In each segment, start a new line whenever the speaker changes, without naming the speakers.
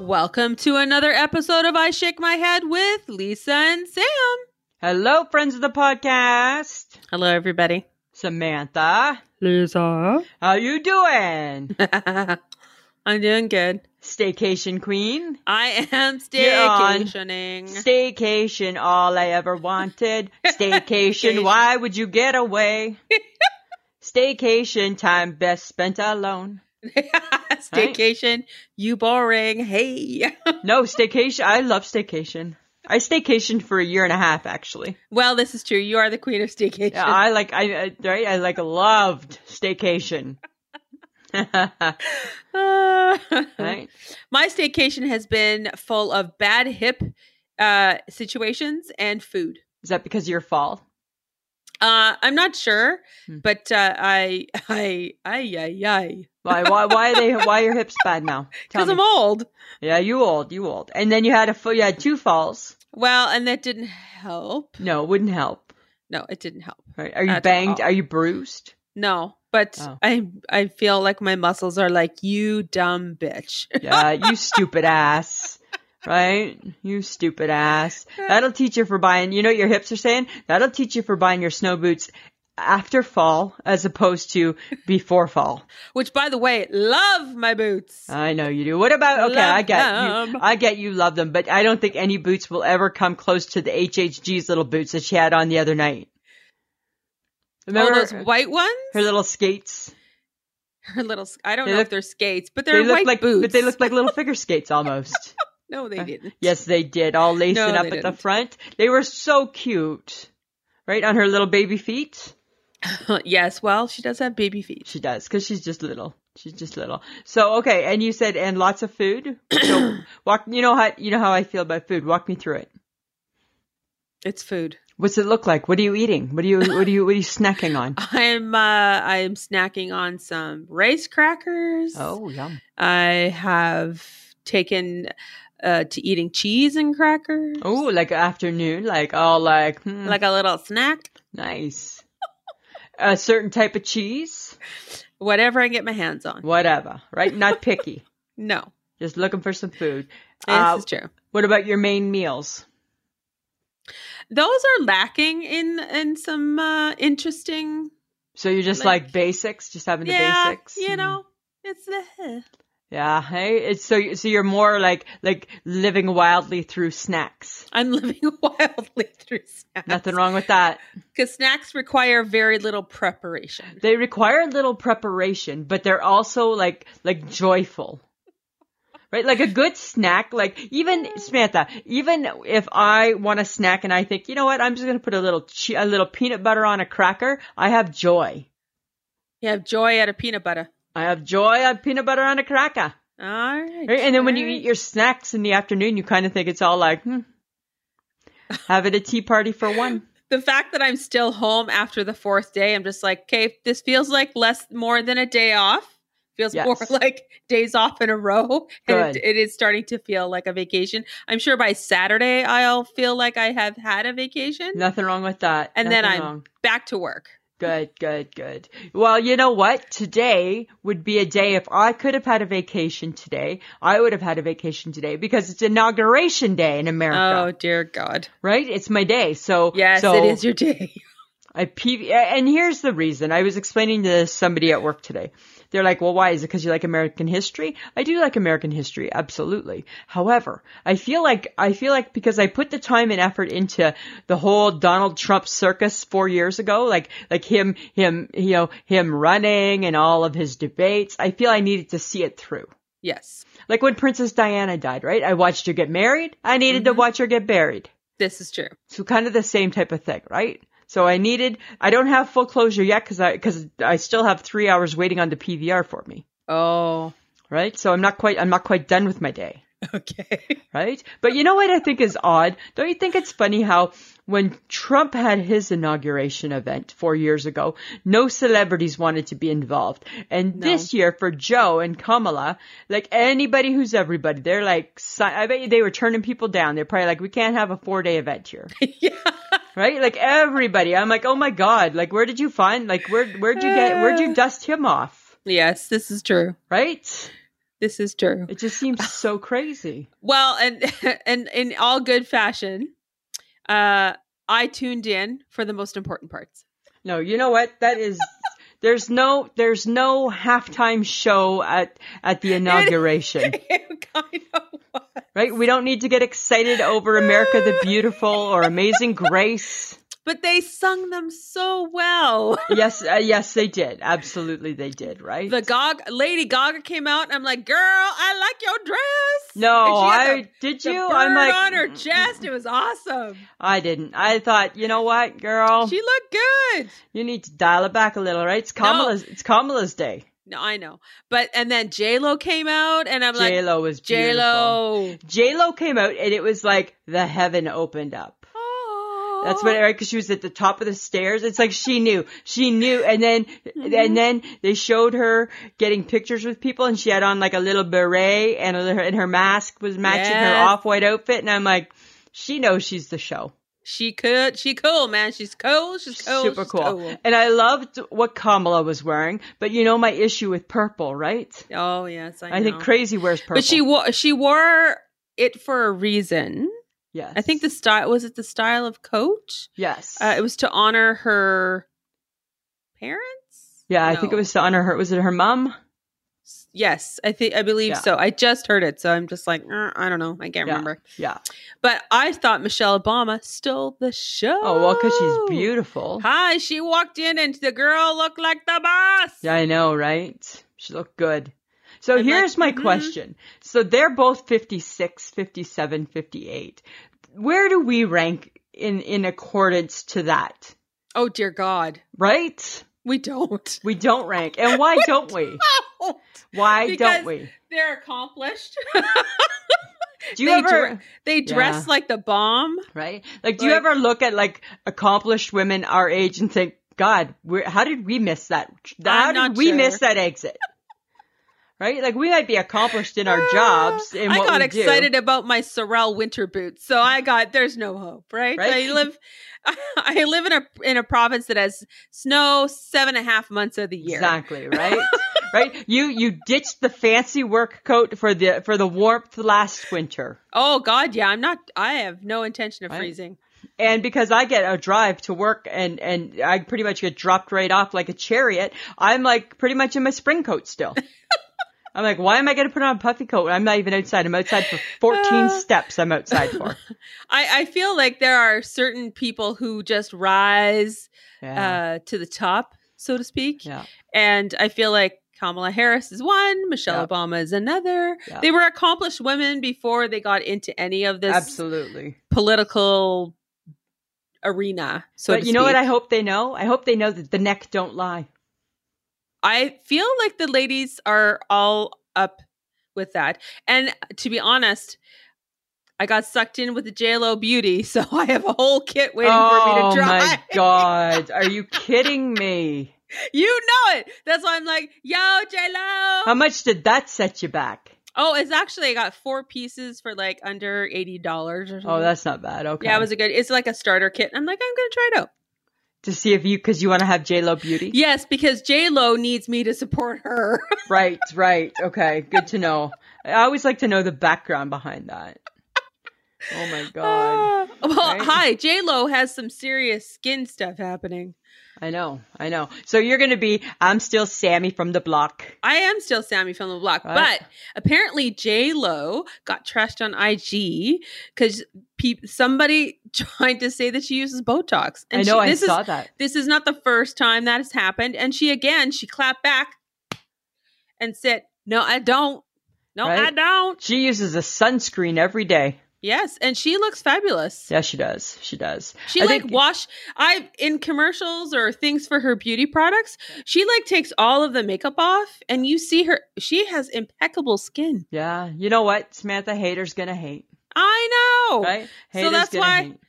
Welcome to another episode of I Shake My Head with Lisa and Sam.
Hello, friends of the podcast.
Hello, everybody.
Samantha,
Lisa.
how you doing?
I'm doing good.
Staycation queen.
I am
You're on.
staycationing.
Staycation, all I ever wanted. Staycation, why would you get away? Staycation, time best spent alone.
staycation, you boring. Hey.
No, staycation. I love staycation. I staycationed for a year and a half, actually.
well, this is true. You are the queen of staycation.
Yeah, I like, I, I- right? I like loved staycation. right?
Uh, My staycation has been full of bad hip uh, situations and food.
Is that because of your fall?
Uh, I'm not sure,
Hmm.
but uh, I, I, I, I, I,
Why, why, why are they, why are your hips bad now? Tell
because
me.
I'm old.
Yeah, you old, you old. And then you had a fo- you had two falls.
Well, and that didn't help.
No, it wouldn't help.
No, it didn't help.
Right? Are you
At
banged?
all.
Are you bruised?
No, but
Oh.
I, I feel like my muscles are like you, dumb bitch.
Yeah, you stupid ass. Right? You stupid ass. That'll teach you for buying. You know what your hips are saying? That'll teach you for buying your snow boots after fall as opposed to before fall.
Which, by the way, love my boots.
I know you do. What about okay,
Love
I get
them.
you. I get you love them, but I don't think any boots will ever come close to the HHG's little boots that she had on the other night.
All
Remember
Oh, those white ones.
her little skates?
Her little. I don't
They
know
look-
if they're skates, but they're white
like
boots.
but they Uh, looked like little figure skates almost.
No, they didn't.
yes, they did. All lacing
No,
up
they
at the
didn't.
front. They were so cute. Right on her little baby feet.
yes. Well, she does have baby feet.
She does cuz she's just little. She's just little. So okay, and you said and lots of food. So walk you know how you know how I feel about food. Walk me through it.
It's food.
What's it look like? What are you eating? What are you what are you what are you snacking on?
I'm uh, I'm snacking on some rice crackers.
Oh, yum.
I have taken uh, to eating cheese and crackers.
Oh, like afternoon, like all like hmm,
like a little snack,
nice. A certain type of cheese,
whatever I get my hands on.
whatever, right? Not picky.
No,
Just looking for some food.
this
Uh,
is true.
what about your main meals?
Those are lacking in in some uh, interesting.
So you're just
Like-
like, basics, just having
yeah,
the basics.
you
Mm.
know, it's the eh,
Yeah, hey, it's so so you're more like like living wildly through snacks.
I'm living wildly through snacks.
Nothing wrong with that.
because snacks require very little preparation.
They require little preparation, but they're also like like joyful. Right? Like a good snack, like even Samantha, even if I want a snack and I think, "You know what? I'm just going to put a little che- a little peanut butter on a cracker." I have joy.
You have joy out of peanut butter.
I have joy on peanut butter on a cracker.
All right,
Right? And then when you
all right.
eat your snacks in the afternoon, you kind of think it's all like, hmm, have it a tea party for one.
the fact that I'm still home after the fourth day, I'm just like, okay, this feels like less more than a day off. Feels
Yes.
more like days off in a row. And
Good.
it, it is starting to feel like a vacation. I'm sure by Saturday I'll feel like I have had a vacation.
Nothing wrong with that.
And then
Nothing
I'm-
wrong.
Back to work.
good, good, good. Well, you know what? Today would be a day if I could have had a vacation today, I would have had a vacation today because it's inauguration day in
Oh
America,
dear God.
right? It's my day. So
Yes,
so
it is your day.
I PV, and here's the reason. I was explaining to somebody at work today. They're like, well, why? Is it because you like American history? I do like American history, absolutely. However, I feel like, I feel like because I put the time and effort into the whole Donald Trump circus four years ago, like, like him, him, you know, him running and all of his debates, I feel I needed to see it through.
Yes.
Like when Princess Diana died, right? I watched her get married. I needed to watch her get buried.
This is true.
So kind of the same type of thing, right? So I needed, I don't have full closure yet because I, because I still have three hours waiting on the PVR for me,
Oh,
right? So I'm not quite, I'm not quite done with my day,
okay.
right? But you know what I think is odd? Don't you think it's funny how when Trump had his inauguration event four years ago, no celebrities wanted to be involved. And this year for Joe and Kamala, like anybody who's everybody, they're like, si- I bet you they were turning people down. They're probably like, we can't have a four day event here. right? Like everybody. I'm like, oh my god, like where did you find? Like where where'd you get? Where'd you dust him off?
Yes, this is true.
Right?
This is true.
It just seems so crazy.
Well, and and in all good fashion, uh, I tuned in for the most important parts.
No, you know what? That is. There's no there's no halftime show at at the inauguration,
It kind of was.
right? We don't need to get excited over America the Beautiful or Amazing Grace.
But they sung them so well.
Yes, uh, yes, they did. Absolutely, they did. Right?
The Gog Lady Gaga came out, and I'm like, "Girl, I like your dress."
no,
And she had
I
the-
did
the
you. I'm
bird
like,
on her chest. It was awesome.
I didn't. I thought, you know what, girl,
She looked good.
You need to dial it back a little, right? It's Kamala's. It's Kamala's day.
No, I know, but and then J Lo came out, and I'm
J
like,
Lo was
J Lo.
J Lo came out, and it was like the heaven opened up. That's
Oh.
what Erica. She was at the top of the stairs. It's like she knew. She knew, and then
Mm-hmm.
and then they showed her getting pictures with people, and she had on like a little beret, and a, little- and her mask was matching her
Yes.
off white outfit, and I'm like. She knows she's the show.
She could. She cool, man. She's cool. She's cool.
Super
she's
cool. And I loved what Kamala was wearing, but you know my issue with purple, right?
Oh yes, I,
I, think
know.
crazy wears purple.
But she wore she wore it for a reason.
Yes.
I think the style was it the style of coat.
Yes.
Uh, it was to honor her parents.
yeah, I think it
No.
was to honor her. Was it her mom?
Yes, I think I believe
Yeah.
so. I just heard it, so I'm just like, "Uh, I don't know, I can't
Yeah.
remember.
Yeah.
But I thought Michelle Obama stole the show.
Oh, well, because she's beautiful.
Hi, she walked in and the girl looked like the boss.
Yeah, I know, right? She looked good. So
I'm
here's
like,
my
mhm.
question. So they're both 56, 57, 58. Where do we rank in, in accordance to that?
Oh dear God,
Right?
we don't.
We don't rank. And why don't we? Why
Because
don't we?
They're accomplished.
Do you
they
ever,
dre- they dress
Yeah.
like the bomb.
right? Like, do you
like-
ever look at like accomplished women our age and think, God, we're, how did we miss that?
I'm
How did
not
we
sure.
miss that exit? Right? Like we might be accomplished in our jobs and
Ah, I
what
got
we do,
excited about my Sorel winter boots, so I got there's no hope, right?
Right?
I live, I live in a in a province that has snow seven and a half months of the year.
Exactly, right? right? You you ditched the fancy work coat for the for the warmth last winter.
Oh God, yeah, I'm not. I have no intention of
Right?
freezing.
And because I get a drive to work and and I pretty much get dropped right off like a chariot, I'm like pretty much in my spring coat still. I'm like, why am I going to put on a puffy coat? when I'm not even outside. I'm outside for
Uh,
14 steps. I'm outside for.
I I feel like there are certain people who just rise uh,
Yeah.
to the top, so to speak.
yeah.
And I feel like Kamala Harris is one, Michelle
Yep.
Obama is another.
Yep.
They were accomplished women before they got into any of this
Absolutely.
political arena. So
but
to
you know what?
speak.
I hope they know. I hope they know that the neck don't lie.
I feel like the ladies are all up with that. And to be honest, I got sucked in with the JLo beauty, so I have a whole kit waiting for me
oh
to try.
my god! Are you kidding me?
You know it. That's why I'm like, yo, JLo.
How much did that set you back?
oh, it's actually I got four pieces for like under eighty dollars or something.
Oh, that's not bad. Okay.
Mm-hmm. yeah, it was a good. It's like a starter kit. I'm like, I'm gonna try it out.
to see if you because you want to have J Lo beauty.
Yes, because J Lo needs me to support her.
Right, right. Okay, good to know. I always like to know the background behind that. Oh my god.
Ah. well,
Right?
hi, J Lo has some serious skin stuff happening.
I know, I know. So you're gonna be I'm still Sammy from the block.
I am still Sammy from the block,
Right.
but apparently J Lo got trashed on IG because pe- somebody tried to say that she uses Botox.
I know
she,
I
this
saw
Is,
that.
this is not the first time that has happened, and she again she clapped back and said, "No, I don't." No,
Right?
I don't.
She uses a sunscreen every day.
Yes, and she looks fabulous.
Yeah, she does. She does.
She
I
like
think-
wash I in commercials or things for her beauty products. She like takes all of the makeup off, and you see her. She has impeccable skin.
Yeah, you know what? Samantha Hater's gonna hate,
I know.
right?
Oh, so
Hater's
that's why-
hate.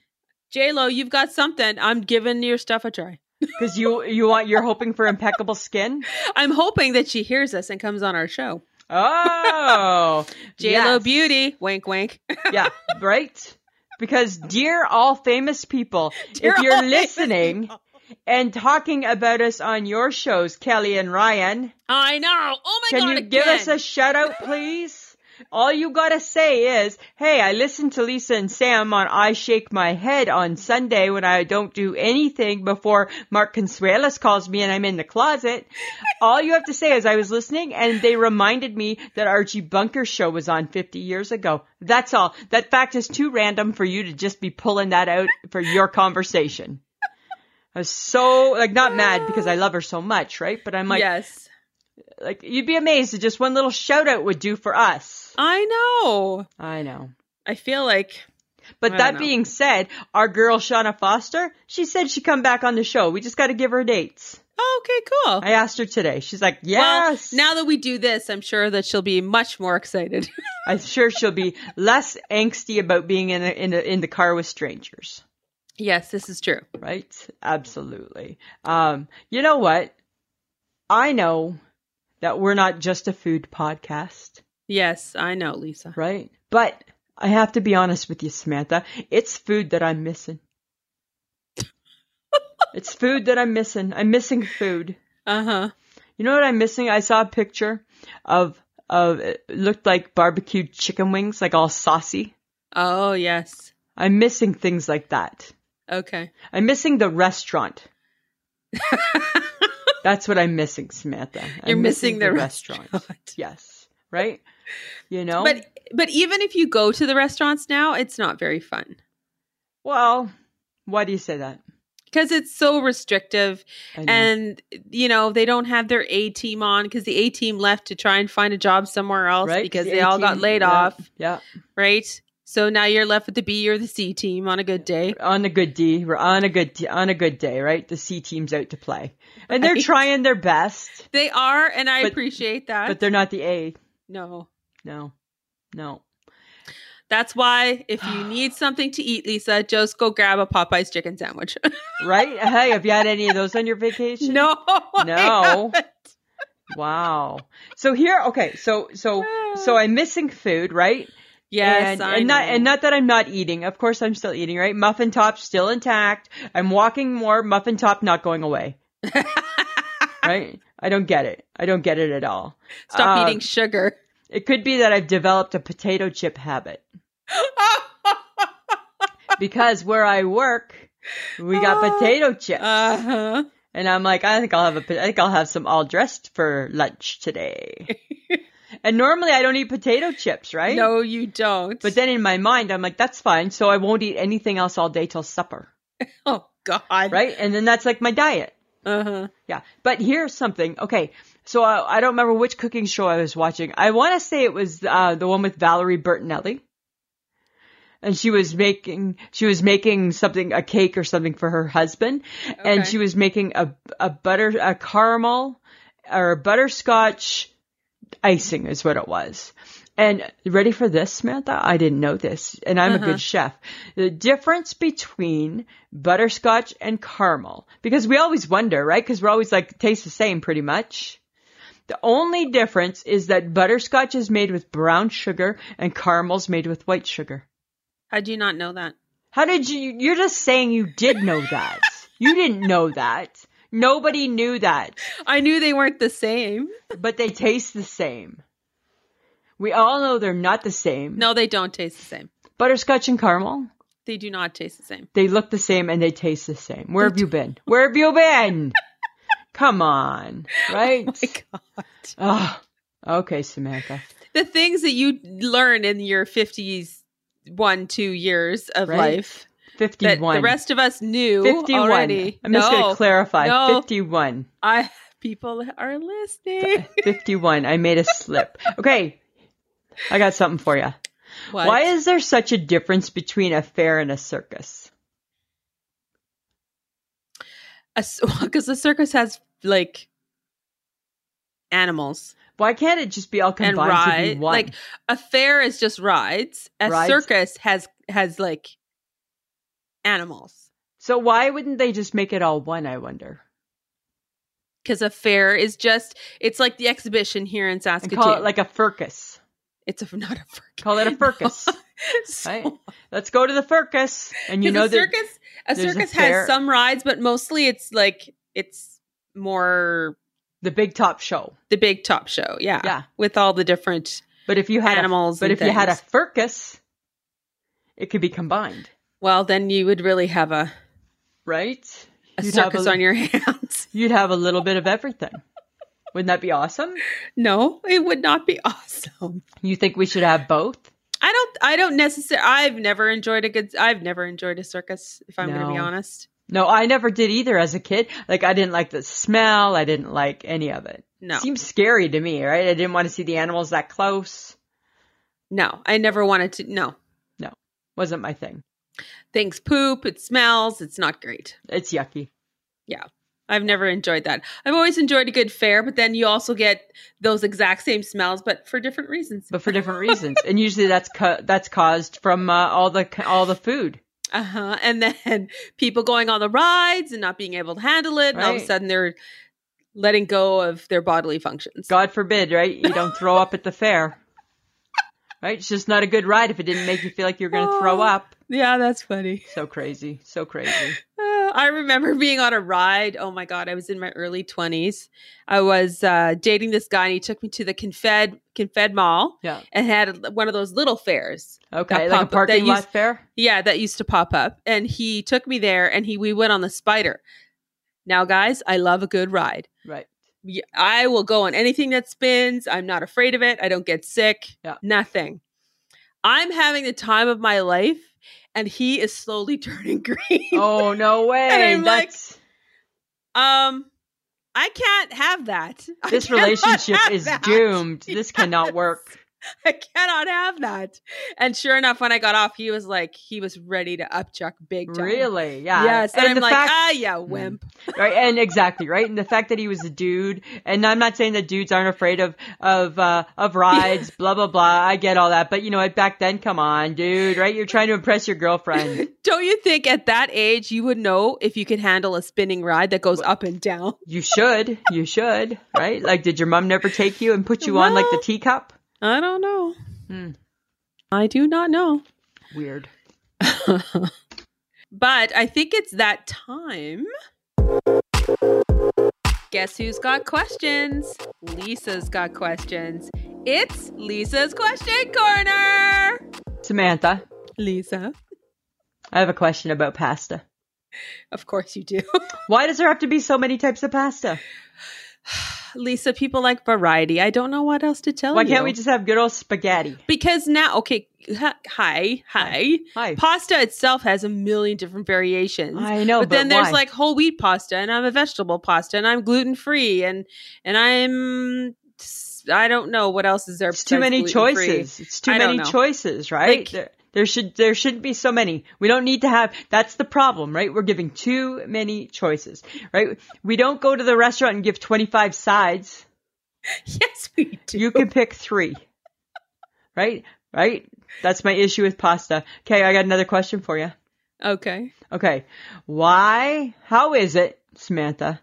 J Lo, you've got something. I'm giving your stuff a try.
Because you you want you're hoping for impeccable skin.
I'm hoping that she hears us and comes on our show.
Oh,
J Lo
yes.
Beauty, wink, wink.
yeah, right. Because dear all famous people,
Dear
if you're
all famous
listening and talking about us on your shows, Kelly and Ryan,
I know. Oh my
can
god!
you give us
again.
a shout out, please? All you gotta say is, hey, I listened to Lisa and Sam on I Shake My Head on Sunday when I don't do anything before Mark Consuelos calls me and I'm in the closet. All you have to say is I was listening and they reminded me that Archie Bunker's show was on 50 years ago. That's all. That fact is too random for you to just be pulling that out for your conversation. I was so, like, not mad because I love her so much, right? But I'm like,
yes,
like you'd be amazed at just one little shout out would do for us.
I know.
I know.
I feel like
But
I
that
know.
being said, our girl Shauna Foster, she said she'd come back on the show. We just got to give her dates.
oh, okay, cool.
I asked her today. She's like, "Yes."
Well, now that we do this, I'm sure that she'll be much more excited.
I'm sure she'll be less angsty about being in a, in a, in the car with strangers,
yes, this is true.
right? Absolutely. Um, you know what? I know that we're not just a food podcast.
Yes, I know, Lisa.
Right. But I have to be honest with you, Samantha. It's food that I'm missing. it's food that I'm missing. I'm missing food.
Uh huh.
You know what I'm missing? I saw a picture of of it looked like barbecued chicken wings, like all saucy.
Oh yes.
I'm missing things like that.
Okay.
I'm missing the restaurant. That's what I'm missing, Samantha. I'm
You're missing the restaurant.
Yes. Right? You know?
But but even if you go to the restaurants now, it's not very fun
well, why do you say that?
because it's so restrictive,
I know.
and you know they don't have their A team on because the A team left to try and find a job somewhere else because
The
they all got
A-team,
laid
yeah,
off,
Yeah,
right? So now you're left with the B or the C team on a good day.
on a good D, we're on a good d- on a good day, right? The C team's out to play, and they're
Right.
trying their best,
They are, and I
But-
appreciate that.
but they're not the A.
no,
No, no.
That's why if you need something to eat, Lisa, just go grab a Popeye's chicken sandwich.
Right? hey, have you had any of those on your vacation?
no, I
No.
haven't.
Wow. So here, okay. So so so I'm missing food, right?
Yes,
and,
I
and not
know.
and not that I'm not eating. Of course, I'm still eating. Right? Muffin top still intact. I'm walking more. Muffin top not going away. right? I don't get it. I don't get it at all.
Stop
um,
eating sugar.
It could be that I've developed a potato chip habit because where I work, we got
Ah.
potato chips,
uh huh.
and I'm like, I think I'll have a, po- I think I'll have some all dressed for lunch today. and normally I don't eat potato chips, right?
No, you don't.
But then in my mind, I'm like, that's fine. So I won't eat anything else all day till supper,
oh God.
right? And then that's like my diet.
Uh huh.
Yeah. But here's something. Okay. So uh, I, I don't remember which cooking show I was watching. I want to say it was uh, the one with Valerie Bertinelli. And she was making she was making something a cake or something for her husband, and
Okay.
she was making a a butter a caramel or a butterscotch icing is what it was. And ready for this, Samantha? I didn't know this, and I'm a good chef. The difference between butterscotch and caramel, because we always wonder, right? Because we're always like, tastes the same pretty much. The only difference is that butterscotch is made with brown sugar and caramel's made with white sugar.
How do you not know that?
How did you? You're just saying you did know that. you didn't know that. Nobody knew that
I knew they weren't the same.
but they taste the same. We all know they're not the same.
No, they don't taste the same.
Butterscotch and caramel,
They do not taste the same.
they look the same and they taste the same. Where have you been? Where have you been? Come on, right?
My God.
Oh, okay, Samantha.
The things that you learn in your fifties, one, two years of
Right.
life. that
51.
the rest of us knew
51.
already.
I'm just going to clarify.
no.
51.
I people are listening.
51. I made a slip. Okay. I got something for you.
What?
Why is there such a difference between a fair and a circus?
Because the circus has like animals
Why can't it just be all
and
combined to
rides.
be one?
Like a fair is just rides. A
Rides.
circus has has like animals.
so why wouldn't they just make it all one? I wonder.
Because a fair is just it's like the exhibition here in
And
Saskatoon.
call it like a furcus.
it's a, not a circus.
Call it a furcus.
so,
Right. Let's go to the furcus. And you
'Cause
know
a
that
circus a
there's a
circus
fair-
has some rides but mostly it's like it's more
the big top show.
the big top show yeah
Yeah.
with all the different
But if you had a,
animals
but
and
if you had a
things.
furcus, it could be combined,
well then you would really have a,
right?
a
You'd have
circus
a-
on your hands
You'd have a little bit of everything. Wouldn't that be awesome?
no it would not be awesome
You think we should have both?
i don't i don't necessarily i've never enjoyed a good i've never enjoyed a circus if i'm gonna be
No.
honest
No, I never did either as a kid. Like I didn't like the smell. I didn't like any of it.
no
Seems scary to me, right? I didn't want to see the animals that close.
no i never wanted to no
Wasn't my thing.
things poop it smells it's not great
It's yucky.
I've never enjoyed that. I've always enjoyed a good fair, but then you also get those exact same smells, but for different reasons.
But for different reasons. and usually that's ca- that's caused from uh, all the all the food.
Uh huh. And then people going on the rides and not being able to handle it, and all of a
Right.
sudden they're letting go of their bodily functions.
God forbid, right? You don't throw up at the fair. Right? It's just not a good ride if it didn't make you feel like you're going to throw
Oh.
up.
Yeah, that's funny.
So crazy. So crazy.
Uh, I remember being on a ride. Oh my god, I was in my early twenties. I was uh, dating this guy, and he took me to the Confed Confed Mall
Yeah.
and had one of those little fairs.
Okay.
That
like a
pop- that
parking lot
used-
fair?
Yeah, that used to pop up. And he took me there and he we went on the spider. Now, guys, I love a good ride.
Right.
Y- I will go on anything that spins. I'm not afraid of it. I don't get sick.
Yeah.
Nothing. I'm having the time of my life and he is slowly turning green.
Oh, no way.
I'm like,
That's.
Um I can't have that. I
Oh. this
cannot
relationship
have
is
that.
doomed. This cannot work.
I cannot have that. And sure enough, when I got off, he was like, he was ready to upchuck big time.
Really? Yeah.
Yes. And, I'm
the
like,
fact- Mm.
ah, yeah, wimp.
right, and exactly right. And the fact that he was a dude, and I'm not saying that dudes aren't afraid of of uh, of rides, blah blah blah. I get all that, but you know, what, back then, come on, dude, right? You're trying to impress your girlfriend.
Don't you think at that age you would know if you could handle a spinning ride that goes up and down?
You should, you should, right? Like, did your mom never take you and put you on like the
Well-
teacup?
I don't know.
Hmm.
I do not know.
Weird.
But I think it's that time. Guess who's got questions? Lisa's got questions. It's Lisa's question corner.
Samantha,
Lisa,
I have a question about pasta.
of course you do.
Why does there have to be so many types of pasta?
Lisa, people like variety. I don't know what else to tell
Why
you.
can't we just have good old spaghetti?
Because now, okay, hi, hi. hi.
Hi.
Pasta itself has a million different variations.
I know,
but, then there's
why?
like whole wheat pasta, and I'm a vegetable pasta, and I'm gluten free, and and I'm I don't know what else is there.
It's too
besides
many
gluten-free.
choices. It's too
I don't
many
know.
choices, right?
Like-
there, there should there shouldn't be so many. We don't need to have. That's the problem, right? We're giving too many choices, right? We don't go to the restaurant and give 25 sides.
Yes, we do.
You can pick 3. right? Right? That's my issue with pasta. Okay, I got another question for you.
okay.
Okay. Why how is it, Samantha,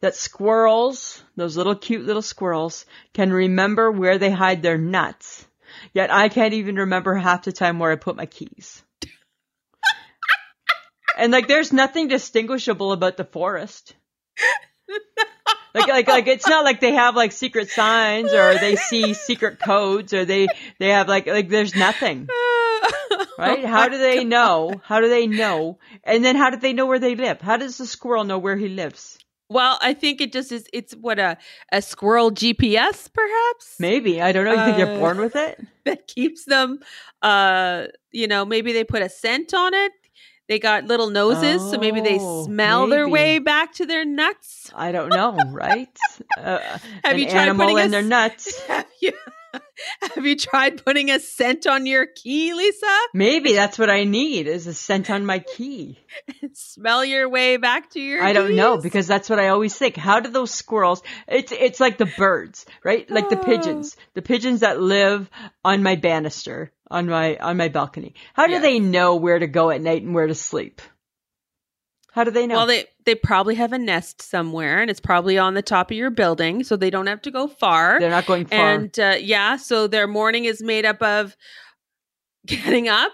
that squirrels, those little cute little squirrels, can remember where they hide their nuts, yet I can't even remember half the time where I put my keys? and like there's nothing distinguishable about the forest. Like, like, like, it's not like they have like secret signs or they see secret codes or they, they have like, like, there's nothing
Oh
right? how do they know? How do they know? And then how do they know where they live? How does the squirrel know where he lives?
Well, I think it just is. It's what a a squirrel GPS, perhaps.
Maybe I don't know. You think they're
Uh,
born with it?
that keeps them uh you know maybe they put a scent on it they got little noses so maybe they
Oh,
smell their
maybe.
way back to their nuts
I don't know, right? Uh,
Have
an
you tried
animal
putting
and
a
their
s-
nuts?
have you Have you tried putting a scent on your key, Lisa?
Maybe that's what I need is a scent on my key.
Smell your way back to your.
I don't know
keys?
because that's what I always think. How do those squirrels? It's it's like the birds, right? Like the
Oh.
pigeons, the pigeons that live on my banister, on my on my balcony. How do
Yes.
they know where to go at night and where to sleep? How do they know?
Well, they they probably have a nest somewhere, and it's probably on the top of your building, so they don't have to go far.
They're not going far.
and uh, yeah, so their morning is made up of getting up,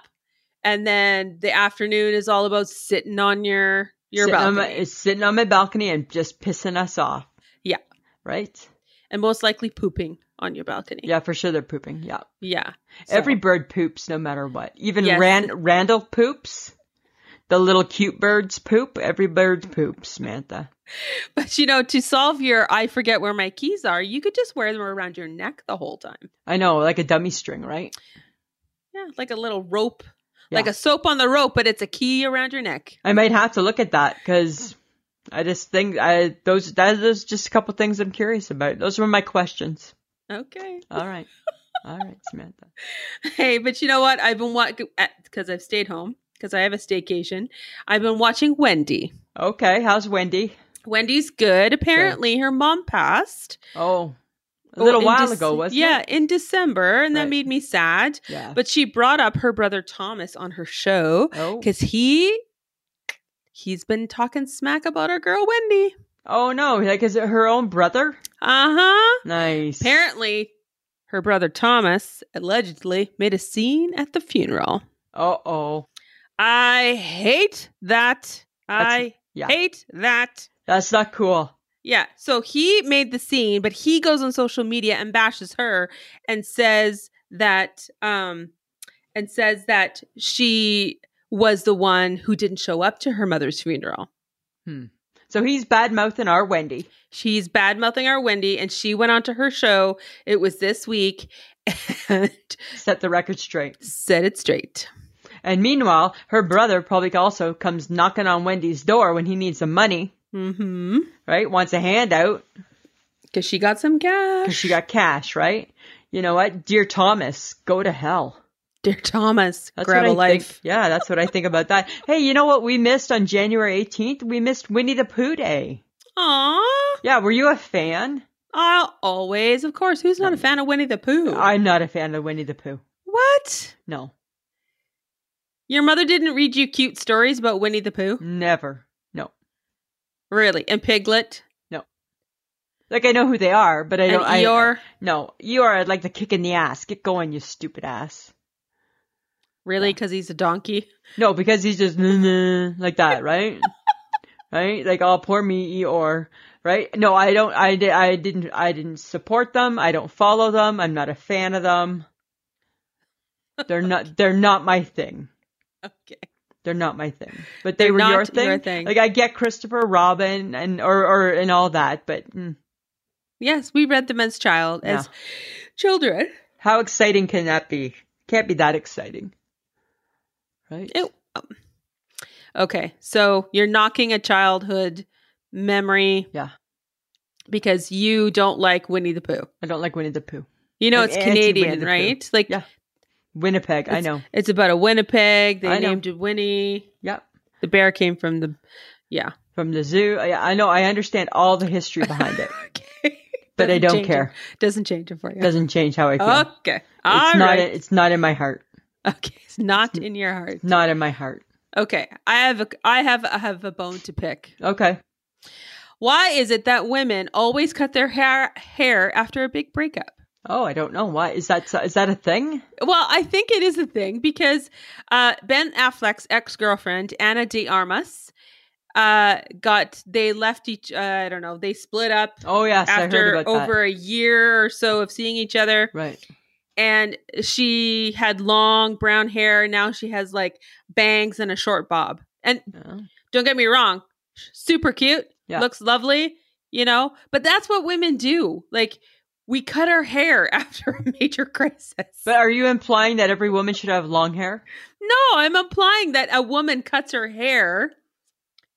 and then the afternoon is all about sitting on your your
sitting on
balcony,
my- it's sitting on my balcony and just pissing us off.
Yeah.
Right?
and most likely pooping on your balcony.
Yeah, for sure they're pooping. Yeah.
yeah.
Every
So-
bird poops no matter what. Even
Yes.
Ran- Randall poops. The little cute birds poop. Every bird poops, Samantha.
but you know, to solve your I forget where my keys are, you could just wear them around your neck the whole time.
I know, like a dummy string, right?
Yeah, like a little rope,
Yeah.
like a soap on the rope, but it's a key around your neck.
I might have to look at that because I just think I those that is just a couple things I'm curious about. Those were my questions.
Okay.
All right. All right, Samantha.
Hey, but you know what? I've been watching because I've stayed home because I have a staycation. I've been watching Wendy.
Okay, how's Wendy?
Wendy's good. Apparently, her mom passed
Oh, a little
in
while
Dec-
ago, wasn't
yeah,
it?
in December, and that
Right. Uh.
made me sad.
Yeah.
But she brought up her brother Thomas on her show
oh.
because he he's been talking smack about our girl Wendy.
oh no, like is it her own brother?
Uh huh.
Nice.
Apparently, her brother Thomas allegedly made a scene at the funeral.
Uh oh.
I hate that.
That's-
I
yeah.
hate that.
That's not cool.
Yeah. So he made the scene, but he goes on social media and bashes her and says that um and says that she was the one who didn't show up to her mother's funeral.
So he's bad mouthing our Wendy.
She's bad mouthing our Wendy and she went on to her show. It was this week and
Set the record straight.
said it straight.
And meanwhile, her brother probably also comes knocking on Wendy's door when he needs some money,
Mm-hmm.
right? Wants a handout
Cause she got some
because
cash.
she got cash, right? You know what? Dear Thomas, go to hell.
Dear Thomas,
That's
grab
what
a
I
life.
Think. Yeah, that's what I think about that. Hey, you know what we missed on January 18th? We missed Winnie the Pooh Day.
Aw.
Yeah, were you a fan?
I'll always, of course. Who's
Um,
not a fan of Winnie the Pooh?
I'm not a fan of Winnie the Pooh.
what?
No,
Your mother didn't read you cute stories about Winnie the
Mm.
Pooh?
never. No.
Really? And Piglet?
Like I know who they are, but I
And
don't. I-
Eeyore?
No, you are like the kick in the ass. Get going, you stupid ass.
really? Because he's a donkey?
No, because he's just "Nah, nah," like that, right? right? Like, oh, poor me, Eeyore. Right? No, I don't. I, di- I didn't. I didn't support them. I don't follow them. I'm not a fan of them. They're not. They're not my thing.
Okay.
They're not my thing. But they
They're
were your
not
thing.
your thing.
Like I get Christopher Robin and or or and all that, but mm,
Yes, we read them as child,
Yeah.
as children.
how exciting can that be? Can't be that exciting, right?
It- okay. So you're knocking a childhood memory
Yeah.
because you don't like Winnie the Pooh.
I don't like Winnie the Pooh.
You know,
I'm
it's
anti-Winnie
Canadian,
the Pooh.
right? Like,
Yeah. Winnipeg, I know.
it's about a Winnipeg. They
I know.
named it Winnie.
Yep.
The bear came from the. Yeah.
From the zoo. I, I know. I understand all the history behind it,
okay.
but I
Doesn't
don't
change
care.
it- Doesn't change it for you.
Doesn't change how I feel.
Okay. all right.
it's not. It's not in my heart.
okay. It's not in your heart.
Not in my heart.
Okay. I have a I have I have a bone to pick.
Okay.
Why is it that women always cut their hair hair after a big breakup?
Oh, I don't know. Why is that? Is that a thing?
Well, I think it is a thing because uh, Ben Affleck's ex girlfriend Anna De Armas uh, got they left each. Uh, I don't know. They split up
Oh yes, I heard
after
about
over a year or so of seeing each other.
that. Right.
and she had long brown hair. Now she has like bangs and a short bob. And
Yeah.
don't get me wrong, super cute,
Yeah.
looks lovely, you know. But that's what women do. Like we cut our hair after a major crisis.
But are you implying that every woman should have long hair?
no, I'm implying that a woman cuts her hair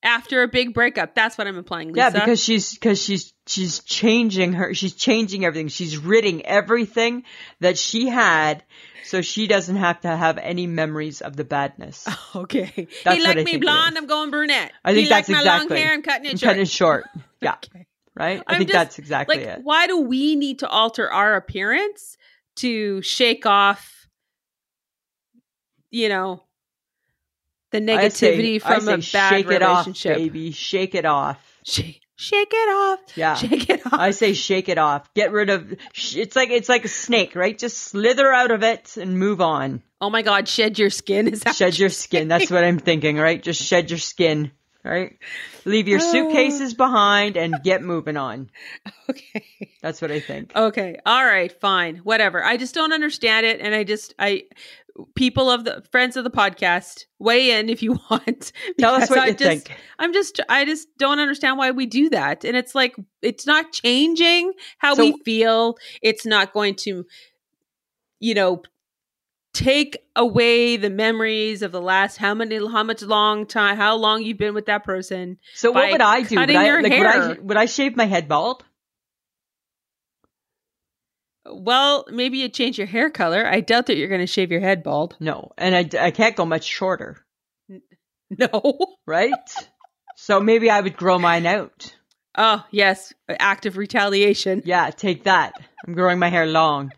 after a big breakup. That's what I'm implying, Lisa.
Yeah, because she's because she's she's changing her she's changing everything she's ridding everything that she had so she doesn't have to have any memories of the badness
Okay.
That's
he
what I
liked
think
me
it
blonde.
is.
I'm going brunette.
I think
he liked
that's
my
exactly-
long hair. I'm cutting it short.
cut it short yeah
Okay.
right i
I'm
think
just,
that's exactly
like,
it
why do we need to alter our appearance to shake off, you know, the
I say-
negativity
I
from a
say
bad
shake it off
relationship?
baby shake it off
Shake, shake it off.
yeah
Shake it off.
I say shake it off. Get rid of. sh- It's like it's like a snake, right? Just slither out of it and move on.
oh my God, shed your skin. Is that
Shed your skin. That's what I'm thinking, right? Just shed your skin, right? Leave your
Oh.
suitcases behind and get moving on.
okay? Oh,
That's what I think.
Okay. All right. Fine. Whatever. I just don't understand it. And I just, I, people of the friends of the podcast, weigh in if you want.
Tell us
because
what
I
you
just,
think.
I'm just, I just don't understand why we do that. And it's like, it's not changing how
So-
we feel. It's not going to, you know, take away the memories of the last how many, how much long time, how long you've been with that person.
So what
by
would I do? Would
cutting
I,
your
like, would I
hair.
would I shave my head bald?
Well, maybe you change your hair color. I doubt that you're going to shave your head bald.
No, and I I can't go much shorter,
No.
right? so maybe I would grow mine out.
Oh, yes. Act of retaliation.
Yeah, take that. I'm growing my hair long.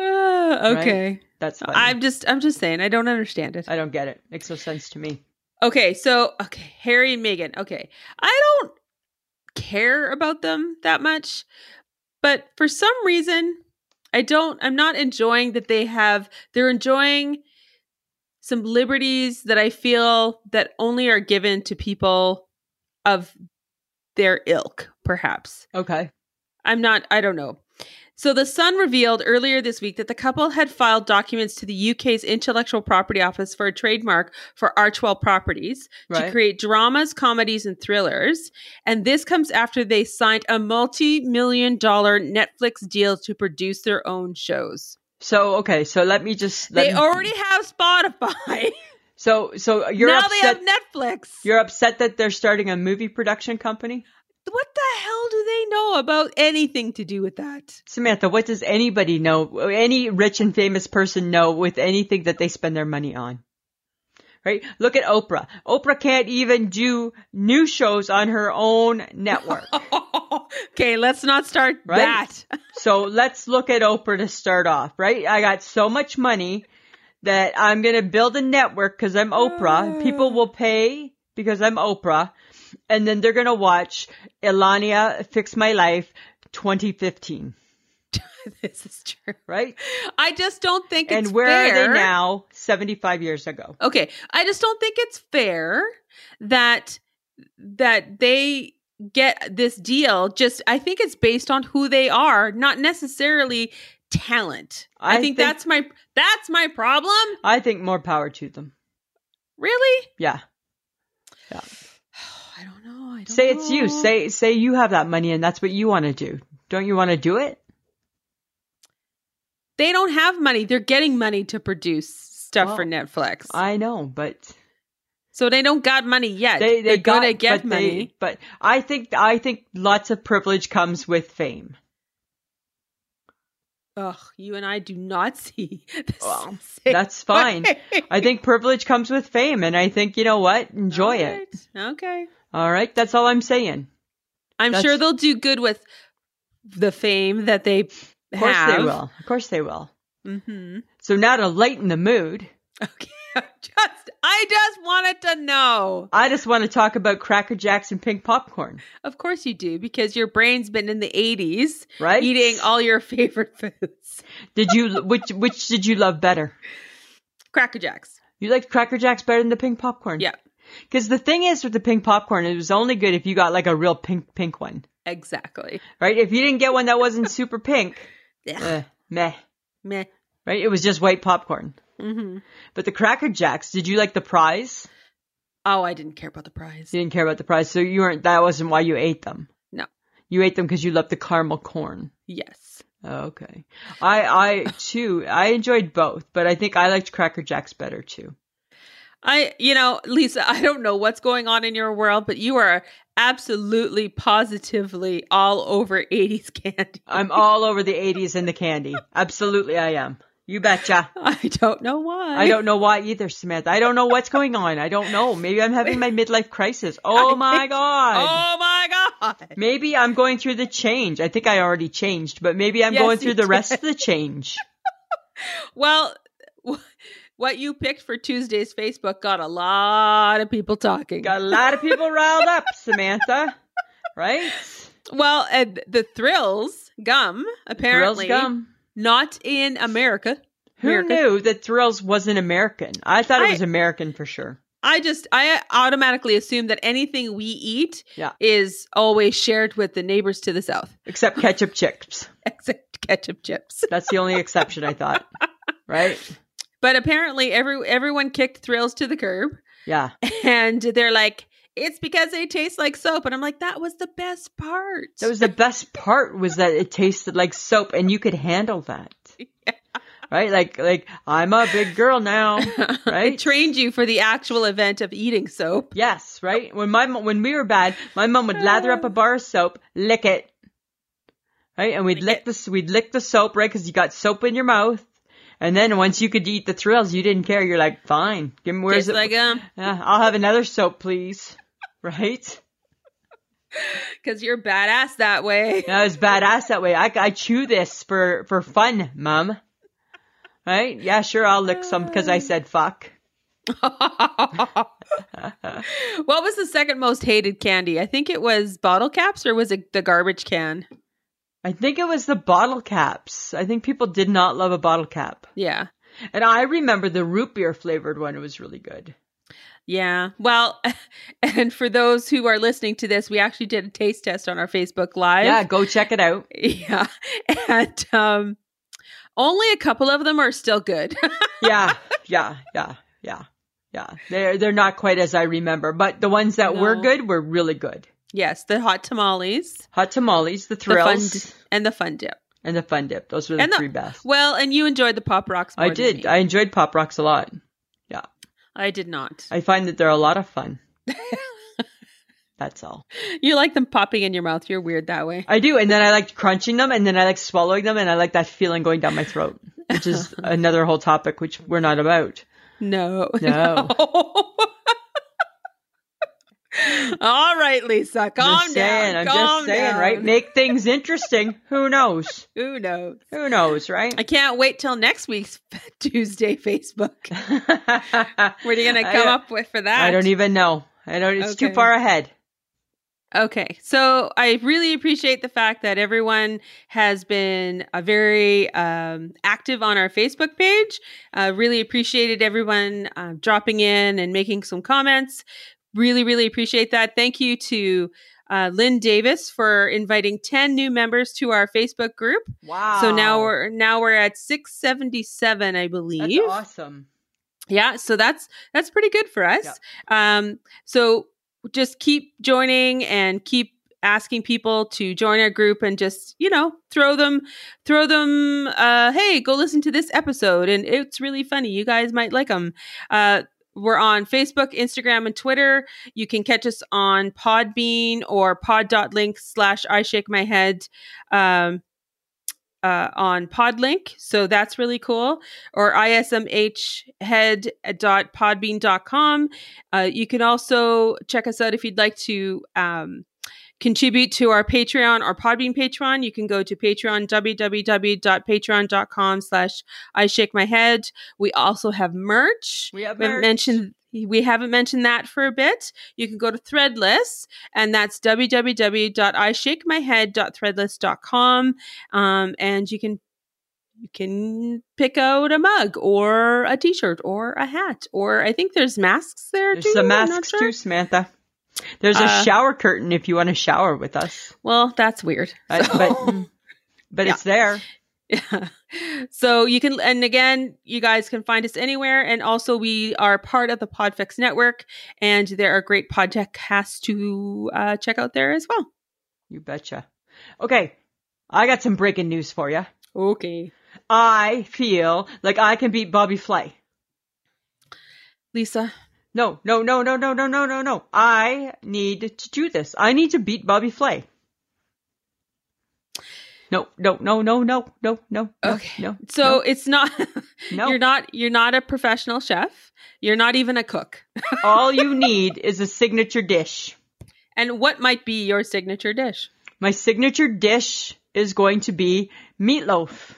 Ah, okay.
That's funny.
I'm just I'm just saying I don't understand it.
I don't get it. Makes no sense to me.
Okay, so okay, Harry and Meghan. Okay. I don't care about them that much, but for some reason I don't I'm not enjoying that they have they're enjoying some liberties that I feel that only are given to people of their ilk, perhaps.
Okay.
I'm not, I don't know. So, The Sun revealed earlier this week that the couple had filed documents to the UK's Intellectual Property Office for a trademark for Archwell Properties to
Right.
create dramas, comedies, and thrillers. And this comes after they signed a multi million dollar Netflix deal to produce their own shows.
so okay, so let me just let
they
me-
already have Spotify.
So so you're
now
upset
they have Netflix.
you're upset that they're starting a movie production company?
what the hell do they know about anything to do with that?
Samantha, what does anybody know, any rich and famous person know with anything that they spend their money on? Right? Look at Oprah. Oprah can't even do new shows on her own network.
okay, let's not start
Right?
that.
so let's look at Oprah to start off, right? I got so much money that I'm going to build a network because I'm Oprah. People will pay because I'm Oprah. And then they're going to watch Elania Fix My Life 2015,
this is true.
right?
I just don't think
and
it's
where are
fair.
they now 75 years ago
Okay, I just don't think it's fair that that they get this deal. Just I think it's based on who they are, not necessarily talent. I,
I
think,
think-
that's my that's my problem.
i think more power to them
Really?
yeah
I don't know. I don't
say it's you
know.
say say you have that money and that's what you want to do don't you want to do it
they don't have money. They're getting money to produce stuff for
Well,
Netflix.
i know but
so they don't got money yet.
they they
are
got
gonna
but
get
they-
money.
but i think i think lots of privilege comes with fame
Ugh, you and I do not see the
Well,
same
that's fine
way.
i think privilege comes with fame and i think you know what enjoy it
Alright, Okay.
all right that's all i'm saying
I'm
That's-
sure they'll do good with the fame that they
of course
have.
they will of course they will
hmm
so now to lighten the mood
Okay. I'm Just I just wanted to know.
i just want to talk about cracker jacks and pink popcorn
Of course you do, because your brain's been in the 80s
right
eating all your favorite foods.
Did you which which did you love better?
Cracker Jacks.
You liked Cracker Jacks better than the pink popcorn.
Yeah,
Because the thing is with the pink popcorn, it was only good if you got like a real pink pink one,
exactly.
right? If you didn't get one that wasn't super pink,
Ugh,
eh, meh,
Meh.
right? It was just white popcorn.
hmm
But the Cracker Jacks, did you like the prize?
Oh, I didn't care about the prize.
You didn't care about the prize, so you weren't. That wasn't why you ate them.
No.
You ate them because you loved the caramel corn.
Yes.
Okay. I I too I enjoyed both, but I think I liked Cracker Jacks better too.
I, you know, Lisa, I don't know what's going on in your world, but you are absolutely positively all over 80s candy.
I'm all over the 80s and the candy. Absolutely, I am. You betcha.
I don't know why.
I don't know why either, Samantha. I don't know what's going on. I don't know. Maybe I'm having my midlife crisis. Oh my God.
Oh my god.
Maybe I'm going through the change. I think I already changed, but maybe I'm
Yes,
going
you
through the
did.
rest of the change.
Well, wh- what you picked for Tuesday's Facebook got a lot of people talking.
Got a lot of people riled up, Samantha. Right?
well, and the Thrills gum
Thrills
apparently
gum.
not in America.
Who
America.
knew that Thrills wasn't American? I thought it
I-
was American for sure.
I just I automatically assume that anything we eat
Yeah.
is always shared with the neighbors to the south,
Except ketchup chips.
except ketchup chips.
That's the only exception I thought. Right?
But apparently, every everyone kicked Thrills to the curb.
Yeah.
and they're like it's because they taste like soap and i'm like that was the best part
That was the best part was that it tasted like soap and you could handle that. Right? Like like I'm a big girl now,
i
right?
trained you for the actual event of eating soap
yes, right? When my mo- when we were bad, my mom would lather
Uh.
up a bar of soap, lick it. Right? And we'd lick,
it.
the s we'd lick the soap, right? Cuz you got soap in your mouth. And then once you could eat the thrills, you didn't care. You're like, "Fine. Give me where's
Tastes
it?
like um
Yeah, I'll have another soap, please." Right?
because you're badass that way
And I was badass that way. I, I chew this for, for fun, mom. Right? Yeah, sure. I'll lick some because I said fuck.
what was the second most hated candy i think it was bottle caps or was it the garbage can
I think it was the bottle caps. I think people did not love a bottle cap.
yeah
And I remember the root beer flavored one. It was really good.
yeah well and for those who are listening to this we actually did a taste test on our facebook live
yeah, go check it out.
Yeah. And um only a couple of them are still good.
Yeah, yeah, yeah, yeah, yeah. They're, they're not quite as I remember, but the ones that were
No.
good were really good.
yes, the hot tamales,
Hot tamales, the
the fun
thrills,
d- and the fun dip.
and the fun dip. Those were the
And the-
three best.
Well, and you enjoyed the pop rocks. More
I
than
did.
me.
I enjoyed Pop Rocks a lot.
I did not.
I find that they're a lot of fun. That's all.
you like them popping in your mouth. You're weird that way.
I do, and then I like crunching them, and then I like swallowing them, and I like that feeling going down my throat, which is another whole topic which we're not about.
No.
No.
All right, Lisa. Calm
just saying,
down.
I'm
calm
just saying,
down.
right? Make things interesting. Who knows?
Who knows?
Who knows, right?
I can't wait till next week's Tuesday Facebook. What are you going to
I- uh,
come up with for that?
I don't even know. I don't. It's too
Okay.
far ahead.
Okay, so I really appreciate the fact that everyone has been uh, very um, active on our Facebook page. Uh, really appreciated everyone uh, dropping in and making some comments. Really, really appreciate that. Thank you to uh, Lynn Davis for inviting ten new members to our Facebook group.
Wow.
So now we're now we're at six seventy seven, I
That's
believe.
awesome.
Yeah, so that's that's pretty good for us. Um, so just keep joining and keep asking people to join our group and just you know throw them throw them uh hey go listen to this episode and it's really funny you guys might like them uh we're on facebook instagram and twitter you can catch us on podbean or pod.link slash i shake my head um uh, on podlink so that's really cool or ismhhead.podbean.com. Uh, you can also check us out if you'd like to um, contribute to our Patreon or Podbean Patreon. You can go to Patreon, www.patreon.com slash I shake my head. We also have merch.
We have
We haven't
merch.
mentioned we haven't mentioned that for a bit. You can go to Threadless, and that's www.ishakemyhead.threadless.com, um, and you can you can pick out a mug or a T-shirt or a hat, or I think there's masks there
There's
too.
some
I'm not
masks
sure.
too, Samantha. There's a
Uh,
shower curtain if you want to shower with us.
Well, that's weird.
I-
So- mm.
but but
Yeah.
it's there.
Yeah. So you can, and again, you guys can find us anywhere. And also, we are part of the Podfix network, and there are great podcasts to uh, check out there as well.
You betcha. Okay, I got some breaking news for you.
Okay.
I feel like I can beat Bobby Flay.
Lisa,
No, no, no, no, no, no, no, no, no. I need to do this. I need to beat Bobby Flay. No, no, no, no, no, no, no. no,
Okay.
No.
So it's not
no.
you're not you're not a professional chef. You're not even a cook.
All you need is a signature dish.
And what might be your signature dish?
My signature dish is going to be meatloaf.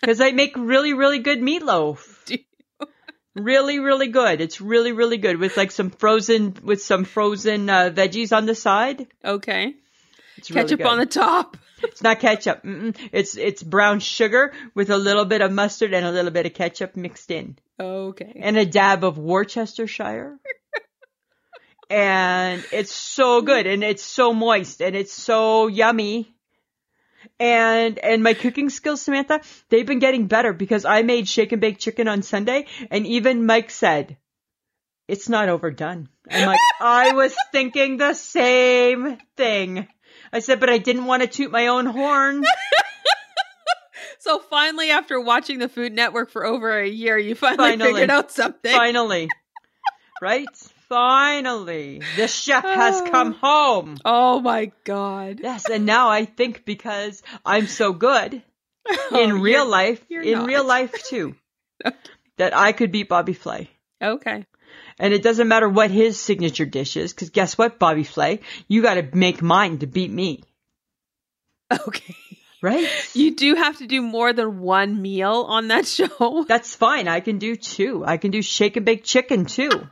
Because I make really, really good meatloaf.
Do
really, really good. It's really, really good with like some frozen, with some frozen uh, veggies on the side.
Okay.
It's really
Ketchup
good.
on the top.
It's not ketchup. Mm-mm. It's it's brown sugar with a little bit of mustard and a little bit of ketchup mixed in,
Okay.
and a dab of Worcestershire. and it's so good, and it's so moist, and it's so yummy. And and my cooking skills, Samantha, they've been getting better because I made shake and bake chicken on Sunday, and even Mike said, "It's not overdone." I'm like, I was thinking the same thing. I said, but I didn't want to toot my own horn.
So finally after watching the Food Network for over a year, you finally,
Finally.
figured out something.
Finally. right? Finally. The chef has come home.
Oh my god.
Yes, and now I think because I'm so good
Oh,
in real
you're-
life,
you're
in
not.
real life too, that I could beat Bobby Flay.
Okay.
And it doesn't matter what his signature dish is, because guess what, Bobby Flay? You got to make mine to beat me.
Okay.
Right?
You do have to do more than one meal on that show.
That's fine. I can do two. I can do shake and bake chicken too.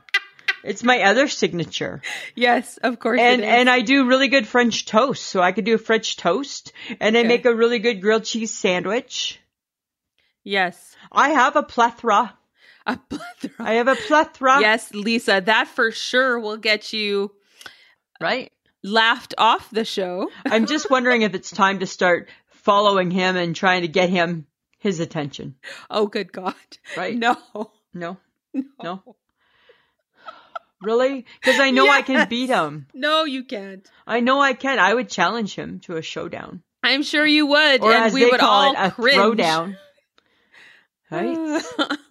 It's my other signature.
yes, of course. it
and
is.
and I do really good French toast, so I could do a French toast, and I
Okay.
make a really good grilled cheese sandwich.
yes,
I have a plethora.
a plethora.
I have a plethora.
yes, Lisa, that for sure will get you
right.
laughed off the show.
I'm just wondering if it's time to start following him and trying to get him his attention.
Oh, good God.
Right?
No.
no, no. Really? Because I know I can beat him.
No, you can't.
I know I can. I would challenge him to a showdown,
I'm sure you would.
or
and
as
we
they
would
call
all
it, a
cringe.
throwdown. Right?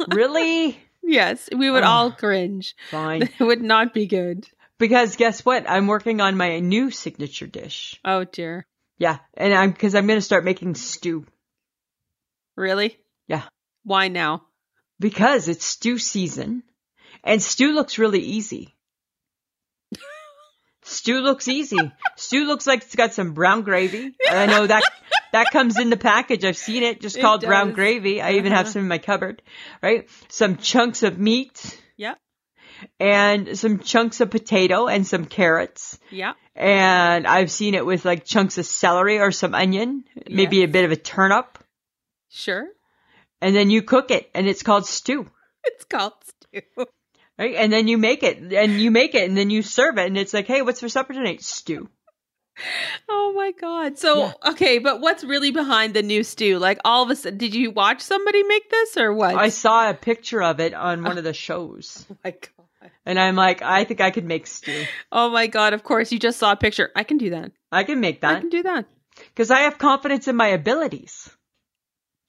really?
yes, we would
Oh.
all cringe.
Fine.
It would not be good.
Because guess what? I'm working on my new signature dish.
Oh, dear.
Yeah, and I'm because I'm gonna start making stew
Really?
Yeah.
Why now?
because it's stew season, and stew looks really easy. stew looks easy. stew looks like it's got some brown gravy. I know that that comes in the package. I've seen it, just
It
called brown
does.
gravy. I even have
Uh-huh.
some in my cupboard. Right, some chunks of meat
Yeah.
and some chunks of potato and some carrots.
Yeah.
and I've seen it with like chunks of celery or some onion, maybe a bit of a turnip,
Sure.
and then you cook it, and it's called stew.
It's called stew.
Right? And then you make it, and you make it, and then you serve it, and it's like, hey, what's for supper tonight? Stew.
Oh my god. So okay, but what's really behind the new stew? Like all of a sudden did you watch somebody make this or what?
I saw a picture of it on one of the shows,
oh my god.
and I'm like, I think I could make stew.
Oh my god, of course you just saw a picture. I can do that.
I can make
I
that
can do that.
because I have confidence in my abilities.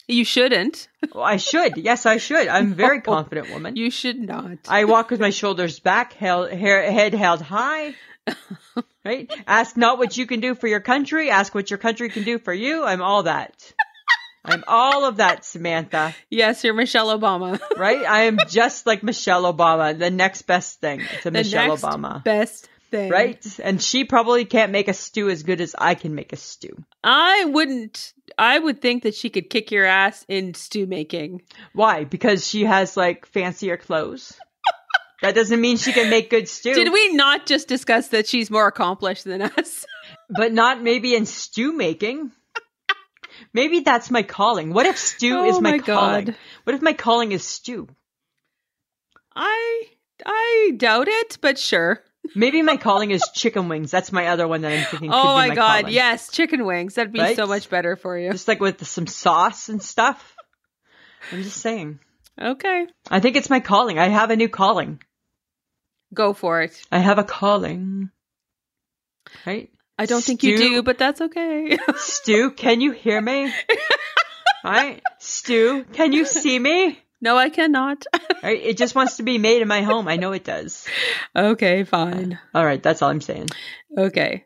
You shouldn't.
Well, I should. Yes, I should. I'm a very
No.
confident woman.
You should not.
I walk with my shoulders back, held, hair, head held high. Right? Ask not what you can do for your country, ask what your country can do for you. I'm all that. I'm all of that, Samantha.
yes, you're Michelle Obama.
Right? I am just like Michelle Obama, the next best thing to
the
Michelle
next
Obama.
Best thing.
Right? And she probably can't make a stew as good as I can make a stew.
I wouldn't I would think that she could kick your ass in stew making.
Why? Because she has like fancier clothes. That doesn't mean she can make good stew.
Did we not just discuss that she's more accomplished than us?
but not maybe in stew making. Maybe that's my calling. What if stew
Oh
is my,
my
calling?
God.
What if my calling is stew?
I I doubt it, but sure.
Maybe my calling is chicken wings. That's my other one that I'm thinking. could
Oh
be
my, god,
calling.
yes, chicken wings. That'd be
Right?
so much better for you.
Just like with some sauce and stuff. I'm just saying.
Okay.
I think it's my calling. I have a new calling.
Go for it.
I have a calling. Right?
I don't think you
Stew.
do, but that's okay.
Stu, can you hear me? right? Stu, can you see me?
No, I cannot.
All right, It just wants to be made in my home. I know it does.
okay, fine.
All right, that's all I'm saying.
Okay.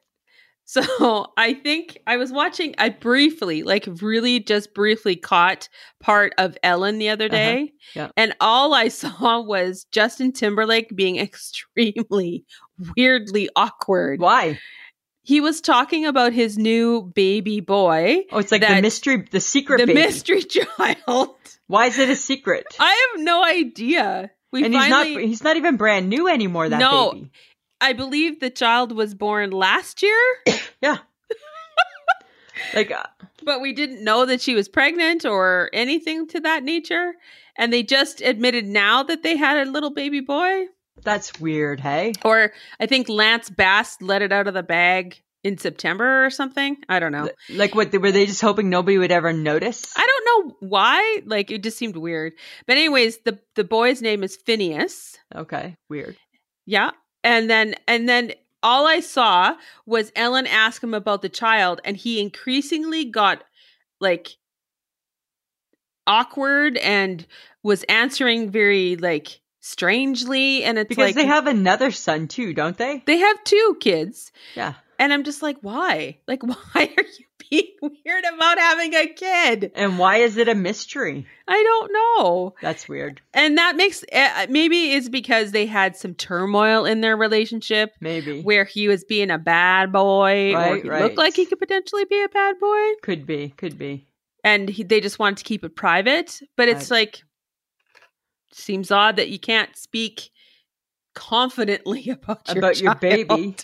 So I think I was watching, I briefly, like really just briefly caught part of Ellen the other
Uh-huh.
day.
Yeah.
And all I saw was Justin Timberlake being extremely weirdly awkward.
Why?
He was talking about his new baby boy,
Oh, it's like the
That-
mystery, the secret
the
baby.
mystery child.
Why is it a secret?
I have no idea. We
and
finally,
he's not he's not even brand new anymore. That
No.
baby.
I believe the child was born last year,
Like uh,
but we didn't know that she was pregnant or anything to that nature. And they just admitted now that they had a little baby boy.
that's weird. Hey,
Or I think Lance Bass let it out of the bag in September or something. I don't know.
like what were they just hoping nobody would ever notice?
I don't know why. Like it just seemed weird. But anyways, the the boy's name is Phineas.
okay, weird.
Yeah. And then and then all I saw was Ellen ask him about the child and he increasingly got like awkward and was answering very like strangely and it's
Because
like
they have another son too, don't they?
they have two kids
Yeah.
and I'm just like why? Like why are you being weird about having a kid?
And why is it a mystery?
I don't know.
That's weird.
and that makes uh, maybe it's because they had some turmoil in their relationship
Maybe
where he was being a bad boy or
Right,
he
right.
looked like he could potentially be a bad boy
could be, could be.
and he, they just wanted to keep it private but it's like seems odd that you can't speak confidently about your
About your
child.
baby.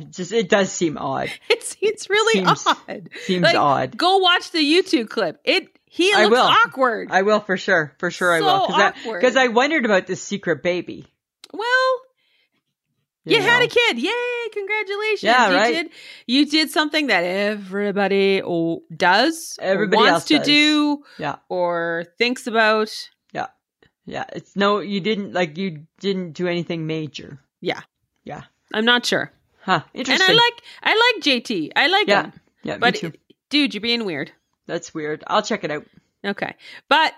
It just it does seem odd.
it seems really
Seems-
odd
Seems
Like,
odd.
go watch the youtube clip it he
I
looks
will.
awkward
I will for sure, for sure I will
So awkward.
because I, wondered about this secret baby.
well You, had
know.
a kid. Yay, congratulations.
Yeah,
you
right.
did you did something that everybody oh, does or
Everybody
wants
else
to
does.
do
Yeah.
or thinks about.
Yeah, it's no, you didn't like you didn't do anything major.
I'm not sure.
Huh?
And
Interesting.
I like I like JT. I like
Yeah,
him.
yeah,
But
me too.
dude, you're being weird.
That's weird. I'll check it out.
Okay. But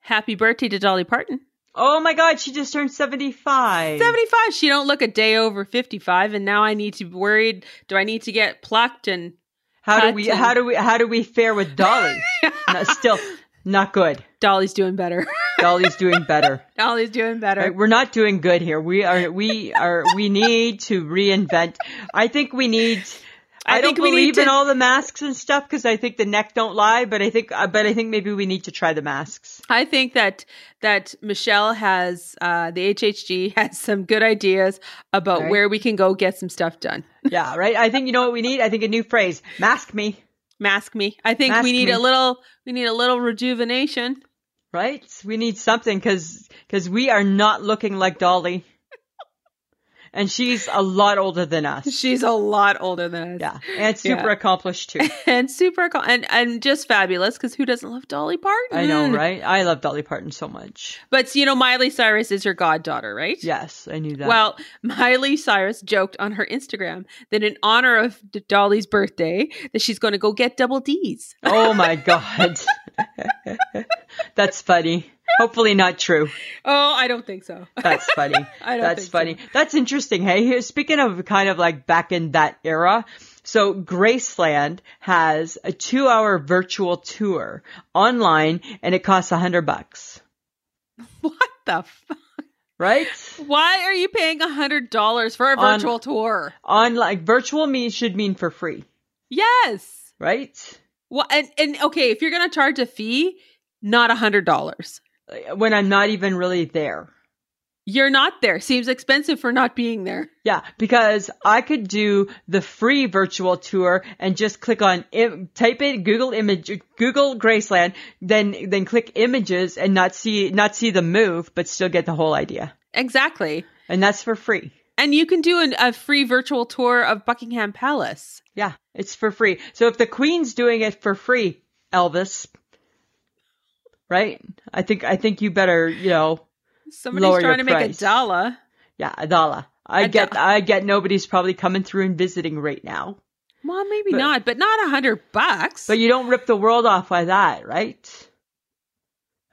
happy birthday to Dolly Parton.
Oh my God, she just turned seventy-five.
75. She don't look a day over 55 and now I need to be worried do I need to get plucked and
How do we?
Cotton.
How do we? How do we fare with Dolly? Not- still not good.
Dolly's doing better.
Dolly's doing better.
Dolly's doing better.
Right, we're not doing good here. We are. We are. We need to reinvent. I think we need. I,
I
don't
think we need
believe in
to-
all the masks and stuff because I think the neck don't lie. But I think. uh, But I think maybe we need to try the masks.
I think that that Michelle has uh, the HHG has some good ideas about
Right.
where we can go get some stuff done.
Yeah. Right. I think you know what we need. I think a new phrase. Mask me.
Mask me. I think
Mask
we need
me.
a little we need a little rejuvenation.
Right. We need something because we are not looking like Dolly. And she's a lot older than us.
She's a lot older than us.
Yeah, and super
Yeah.
accomplished too.
And super co- and and just fabulous because who doesn't love Dolly Parton?
I know, right? I love Dolly Parton so much.
But you know, Miley Cyrus is her goddaughter, right?
Yes, I knew that.
Well, Miley Cyrus joked on her Instagram that in honor of D- Dolly's birthday, that she's going to go get double D's.
oh my god, that's funny. Hopefully not true.
Oh, I don't think so.
That's funny.
I don't
That's
think
funny. That's interesting. Hey, here, speaking of kind of like back in that era, so Graceland has a two-hour virtual tour online, and it costs a hundred bucks,
What the fuck?
right?
Why are you paying a hundred dollars for a
On-
virtual tour?
On like virtual means should mean for free,
Yes.
right?
Well, and, and okay, if you're gonna charge a fee, not a hundred dollars.
When I'm not even really there.
You're not there. Seems expensive for not being there.
Yeah, because I could do the free virtual tour and just click on Im- type in Google image Google Graceland, then then click images and not see not see the move, but still get the whole idea.
Exactly.
And that's for free.
And you can do an, a free virtual tour of Buckingham Palace.
Yeah, it's for free. So if the Queen's doing it for free, Elvis, right? I think I think you better you know
Somebody's
Lower your
trying to make
price.
a dollar.
yeah Adala. I
Ada-
get I get nobody's probably coming through and visiting right now.
Well, maybe
But-
not, but not a hundred bucks.
But you don't rip the world off by that, right?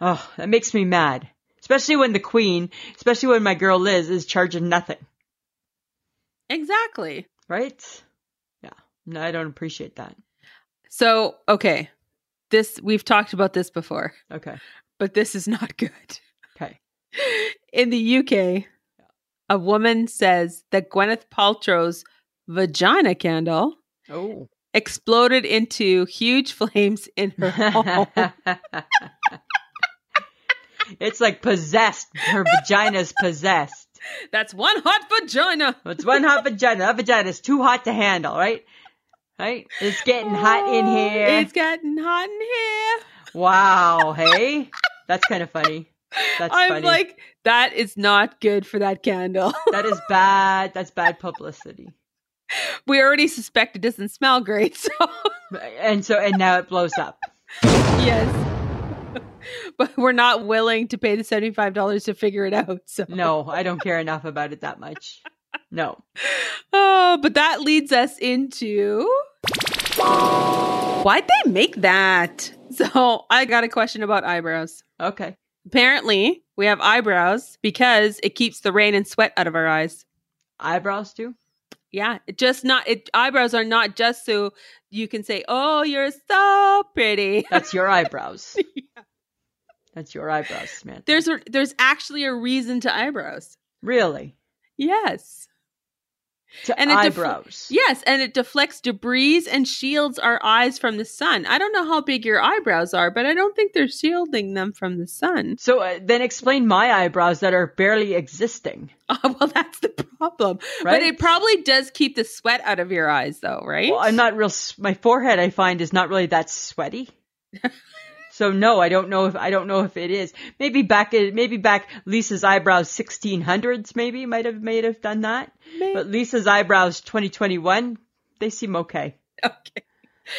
Oh, that makes me mad. Especially when the queen, especially when my girl Liz is charging nothing,
Exactly.
right? Yeah. No, I don't appreciate that.
So, okay. This we've talked about this before,
Okay.
but this is not good.
Okay.
In the UK, a woman says that Gwyneth Paltrow's vagina candle
Oh.
exploded into huge flames in her home.
it's like possessed. Her vagina's possessed.
That's one hot vagina.
It's one hot vagina. That vagina's too hot to handle, right? Right? It's getting hot in
Oh,
here.
It's getting hot in here.
Wow, hey? That's kind of funny. That's
I'm
funny.
like, that is not good for that candle.
that is bad. That's bad publicity.
we already suspect it doesn't smell great. So,
And so, and now it blows up.
yes. but we're not willing to pay the $75 to figure it out. So,
No, I don't care enough about it that much. No.
oh, but that leads us into why'd they make that? So, I got a question about eyebrows.
Okay.
Apparently, we have eyebrows because it keeps the rain and sweat out of our eyes.
Eyebrows too?
Yeah, it just not it eyebrows are not just so you can say, "Oh, you're so pretty."
That's your eyebrows. That's your eyebrows, Samantha.
There's a, there's actually a reason to eyebrows.
really
Yes.
to
And it def-
eyebrows.
Yes, and it deflects debris and shields our eyes from the sun. I don't know how big your eyebrows are, but I don't think they're shielding them from the sun.
So uh, then explain my eyebrows that are barely existing.
Oh, well, that's the problem. But
Right?
it probably does keep the sweat out of your eyes though, right?
Well, I'm not real. s- My forehead, I find, is not really that sweaty. so no, I don't know if I don't know if it is. Maybe back in maybe back Lisa's eyebrows 1600s maybe might have made have done that.
Maybe.
But Lisa's eyebrows 2021, they seem okay.
Okay.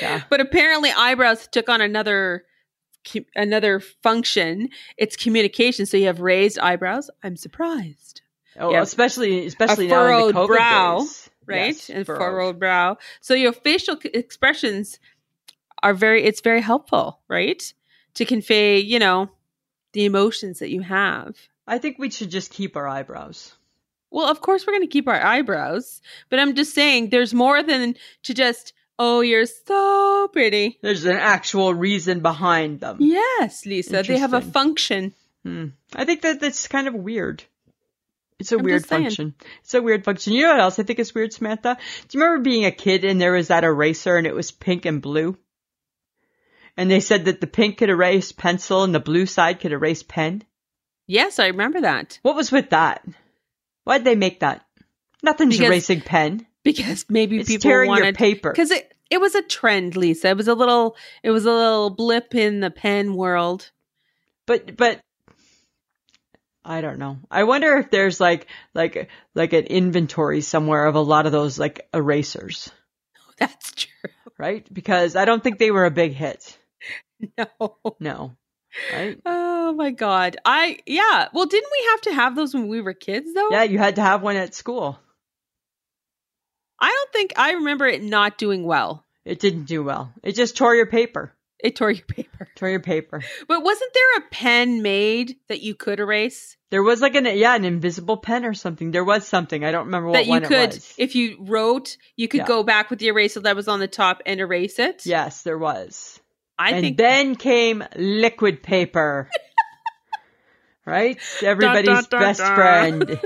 Yeah.
But apparently, eyebrows took on another cu- another function. It's communication. So you have raised eyebrows. I'm surprised,
Oh,
Yeah.
especially especially now in
furrowed
the COVID
brow,
days.
right?
Yes,
and furrowed. brow. So your facial c- expressions are very. It's very helpful, right, to convey you know the emotions that you have.
I think we should just keep our eyebrows.
Well, of course we're going to keep our eyebrows, but I'm just saying there's more than to just oh you're so pretty.
There's an actual reason behind them.
Yes, Lisa, they have a
Interesting.
function.
Hmm. I think that that's kind of weird. It's a
I'm
weird
just saying.
function. It's a weird function. You know what else I think is weird, Samantha? Do you remember being a kid and there was that eraser and it was pink and blue? And they said that the pink could erase pencil and the blue side could erase pen.
Yes, I remember that.
What was with that? Why'd they make that? Nothing's
Because
erasing pen.
because maybe
It's
people
tearing
wanted
your paper.
because it it was a trend, Lisa. It was a little it was a little blip in the pen world.
but but I don't know. I wonder if there's like like like an inventory somewhere of a lot of those like erasers.
That's true.
right? Because I don't think they were a big hit.
No.
No. Right?
Oh my god. I yeah. Well, didn't we have to have those when we were kids though?
Yeah, you had to have one at school.
I don't think I remember it not doing well.
It didn't do well. It just tore your paper.
It tore your paper.
Tore your paper.
But wasn't there a pen made that you could erase?
There was like an yeah, an invisible pen or something. There was something. I don't remember what
that you
one it
could
was.
if you wrote, you could
Yeah.
go back with the eraser that was on the top and erase it.
yes, there was.
I
and
think
then came liquid paper. right? Everybody's
dun,
best
dun.
friend.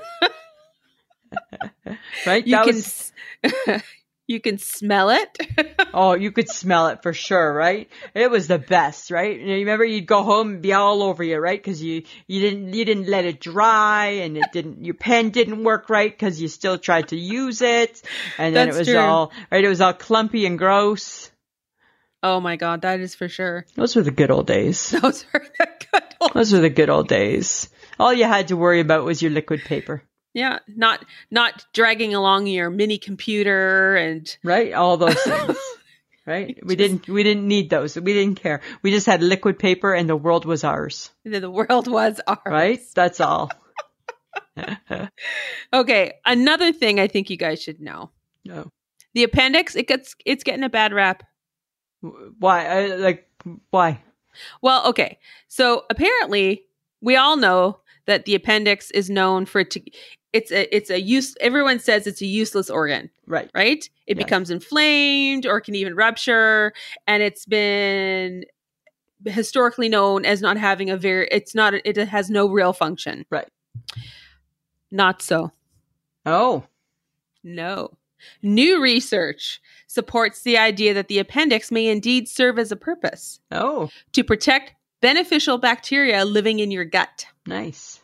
right?
you
that
can
was
s- you can smell it.
Oh, you could smell it for sure, right? It was the best, right? You remember you'd go home and be all over you, right? Cause you, you didn't, you didn't let it dry and it didn't, your pen didn't work right cause you still tried to use it. And then
That's
it was
true.
all, right? It was all clumpy and gross.
oh my god, that is for sure.
Those were the good old days.
Those are the good old.
Those were the good old days. All you had to worry about was your liquid paper,
Yeah, not not dragging along your mini computer and
right? All those things. Right? We didn't, we didn't need those. We didn't care. We just had liquid paper and the world was ours,
the world was ours.
right? That's all.
Okay, another thing I think you guys should know.
No.
The appendix, it gets it's getting a bad rap.
uh, Why? I, like why?
Well, okay. So apparently, we all know that the appendix is known for it to. It's a it's a use. Everyone says it's a useless organ,
Right.
right? It
Yes.
becomes inflamed or can even rupture, and it's been historically known as not having a very. It's not. It has no real function.
Right.
Not so.
Oh.
No. New research supports the idea that the appendix may indeed serve as a purpose
Oh.
to protect beneficial bacteria living in your gut.
Nice.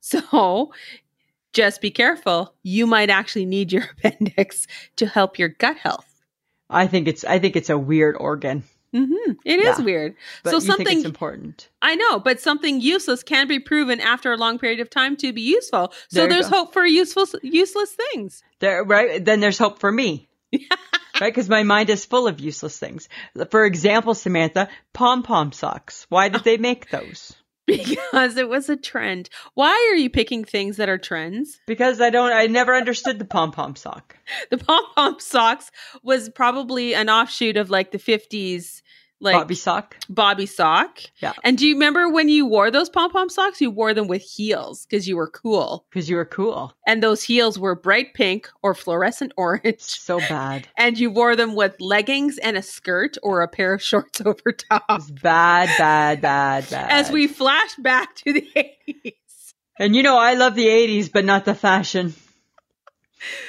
So just be careful. You might actually need your appendix to help your gut health.
I think it's I think it's a weird organ,
Mm-hmm. It is
Yeah.
weird.
but
So
you think
something-
it's important.
I know, but something useless can be proven after a long period of time to be useful. So
There you
there's
go.
hope for useful useless things.
There, right? Then there's hope for me. right? Because my mind is full of useless things. For example, Samantha, pom pom socks. Why did they make those?
Because it was a trend. Why are you picking things that are trends?
Because I don't, I never understood the pom pom sock.
the pom pom socks was probably an offshoot of like the 50s like
Bobby
bobby,
sock.
sock
Yeah.
and do you remember when you wore those pom pom socks you wore them with heels because you were cool
Because you were cool.
and those heels were bright pink or fluorescent orange
So bad.
and you wore them with leggings and a skirt or a pair of shorts over top
It's bad, bad, bad, bad.
as we flash back to the 80s
and you know, I love the 80s, but not the fashion.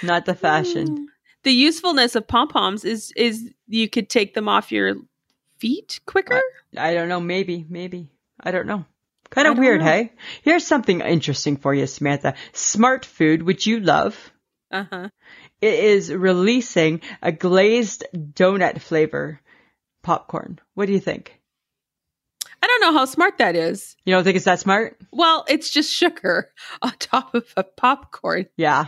Not
Hmm.
the fashion.
the usefulness of pom poms is is you could take them off your feet quicker
I don't know. Maybe, maybe. I don't know.
I
Kind of
don't
weird,
know.
hey? Here's something interesting for you, Samantha. Smart food, which you love,
uh-huh
it is releasing a glazed donut flavor popcorn. What do you think?
I don't know how smart that is.
You don't think it's that smart?
Well, it's just sugar on top of a popcorn.
Yeah.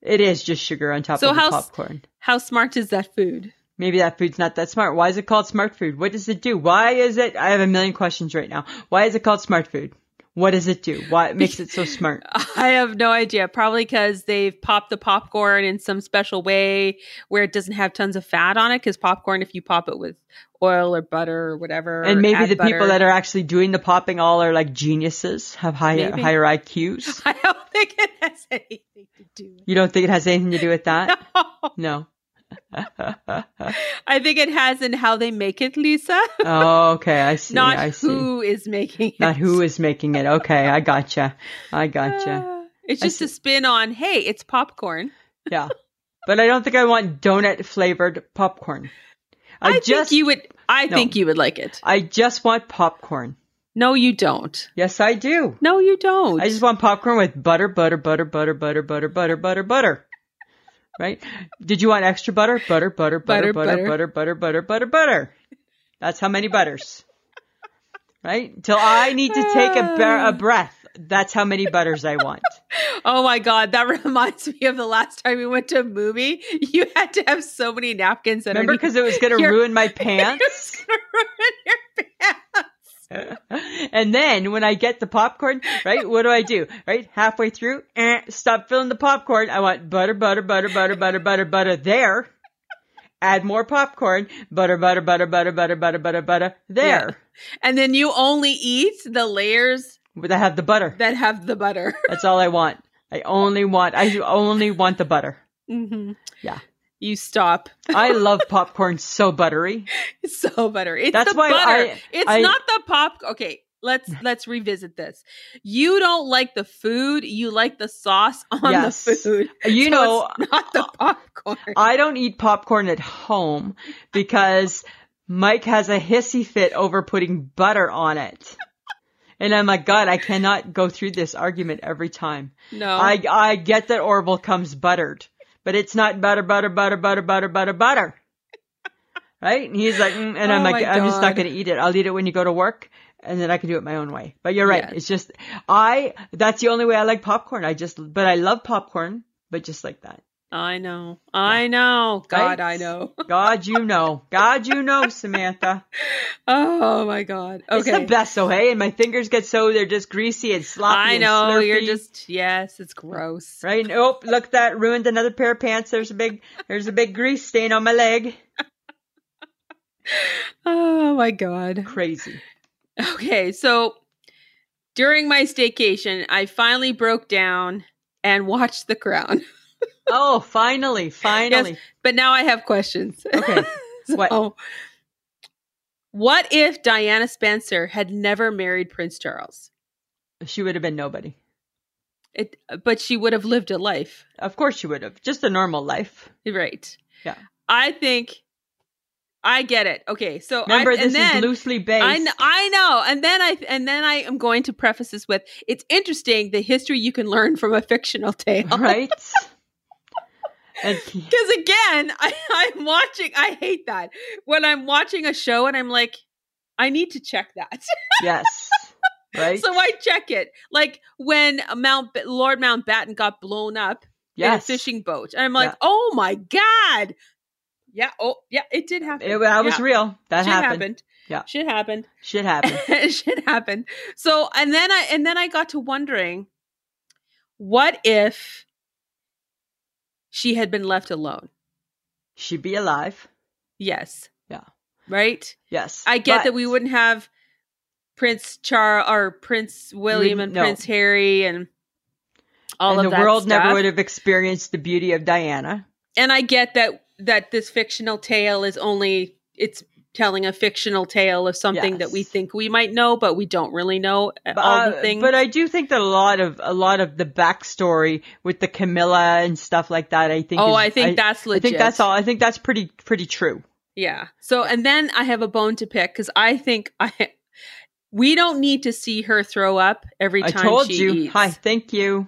It is just sugar on top
So
of the
how's-
popcorn.
How smart is that food?
Maybe that food's not that smart. Why is it called smart food? What does it do? Why is it? I have a million questions right now. Why is it called smart food? What does it do? Why it makes it so smart?
I have no idea. Probably because they've popped the popcorn in some special way where it doesn't have tons of fat on it. Because popcorn, if you pop it with oil or butter or whatever,
And maybe the people that are actually doing the popping all are like geniuses, have high,
Maybe.
higher IQs.
I don't think it has anything to do with
You don't think it has anything to do with that?
No.
No.
I think it has in how they make it, Lisa.
Oh, okay. I see.
Not
I see.
who is making it.
Not who is making it. Okay. I gotcha. I gotcha.
Ah, It's
I
just a spin on, hey, it's popcorn.
Yeah. But I don't think I want donut flavored popcorn.
I,
just,
think you would. I
No.
think you would like it.
I just want popcorn.
No, you don't.
Yes, I do.
No, you don't.
I just want popcorn with butter, butter, butter, butter, butter, butter, butter, butter, butter. Right? Did you want extra butter? Butter, butter,
Butter,
butter, butter, butter,
butter.
butter, butter, butter, butter. That's how many butters. Right? Till I need to take a, bre- a breath. That's how many butters I want.
oh my god, that reminds me of the last time we went to a movie. You had to have so many napkins
Remember,
underneath.
because it was going to
Your-
ruin my
It was
pants.
gonna ruin your pants.
and then when I get the popcorn, right? What do I do? Right? Halfway through, eh, stop filling the popcorn. I want butter, butter, butter, butter, butter, butter, butter there. Add more popcorn. Butter, butter, butter, butter, butter, butter, butter, butter there.
And then you only eat the layers
Would I have the butter?
that have the butter.
That's all I want. I only want, I only want the butter.
Mhm.
Mm-hmm. Yeah.
You stop.
I love popcorn so buttery.
It's so buttery. It's
That's
the
why
butter.
I-
it's
I-
not the pop. Okay, let's let's revisit this. You don't like the food. You like the sauce on
Yes. Uh,
the food.
You
So
know, uh,
it's not the popcorn.
I don't eat popcorn at home because Mike has a hissy fit over putting butter on it. And I'm like, God, I cannot go through this argument every time.
no,
I, I get that Orville comes buttered, but it's not butter, butter, butter, butter, butter, butter, butter. Right? And he's like, mm, and I'm
Oh
like,
my
I'm just not
God.
going to eat it. I'll eat it when you go to work and then I can do it my own way. But you're right.
Yes.
It's just, I, that's the only way I like popcorn. I just, but I love popcorn, but just like that.
I know. I know. God,
Right?
I know.
God, you know. God, you know, Samantha.
Oh my God. Okay.
It's the best, oh hey, and my fingers get so they're just greasy and sloppy.
I
and
know. You're
slurpy,
just yes. It's gross.
right. And, oh, look, that ruined another pair of pants. There's a big, there's a big grease stain on my leg.
Oh my god.
Crazy.
Okay, so during my staycation, I finally broke down and watched The Crown.
Oh, finally, finally.
But now I have questions.
Okay. What?
Oh. What if Diana Spencer had never married Prince Charles?
She would have been nobody.
It, but she would have lived a life,
Of course she would have. Just a normal life.
right?
Yeah.
I think I get it. Okay, so
Remember,
I,
this
and then,
is loosely based.
I know, I know, and then I and then I am going to preface this with: it's interesting the history you can learn from a fictional tale,
right? And-
Because again, I, I'm watching. I hate that when I'm watching a show and I'm like, I need to check that.
yes. Right?
so I check it. Like when Mount Lord Mountbatten got blown up in a
yes.
fishing boat, and I'm like,
Yeah.
oh my god, yeah, oh yeah, it did happen.
It, that was
Yeah.
real. That
Shit
happened.
happened.
Yeah.
shit happened.
Shit happened.
shit happened. So and then I and then I got to wondering, what if she had been left alone?
She'd be alive.
Yes.
Yeah.
Right.
Yes.
I get that
But-
we wouldn't have Prince Charles or Prince William
Wouldn't-
and
no.
Prince Harry and all
and
of
the
that
world
stuff.
never would have experienced the beauty of Diana.
And I get that that this fictional tale is only it's telling a fictional tale of something that we
Yes.
think we might know, but we don't really know all the
uh,
things.
but I do think that a lot of a lot of the backstory with the Camilla and stuff like that. I think.
oh,
is-
I think that's
I
legit.
think that's all. I think that's pretty pretty true.
Yeah. So and then I have a bone to pick because I think I we don't need to see her throw up every
I
time
told
she
you.
eats.
Hi, thank you.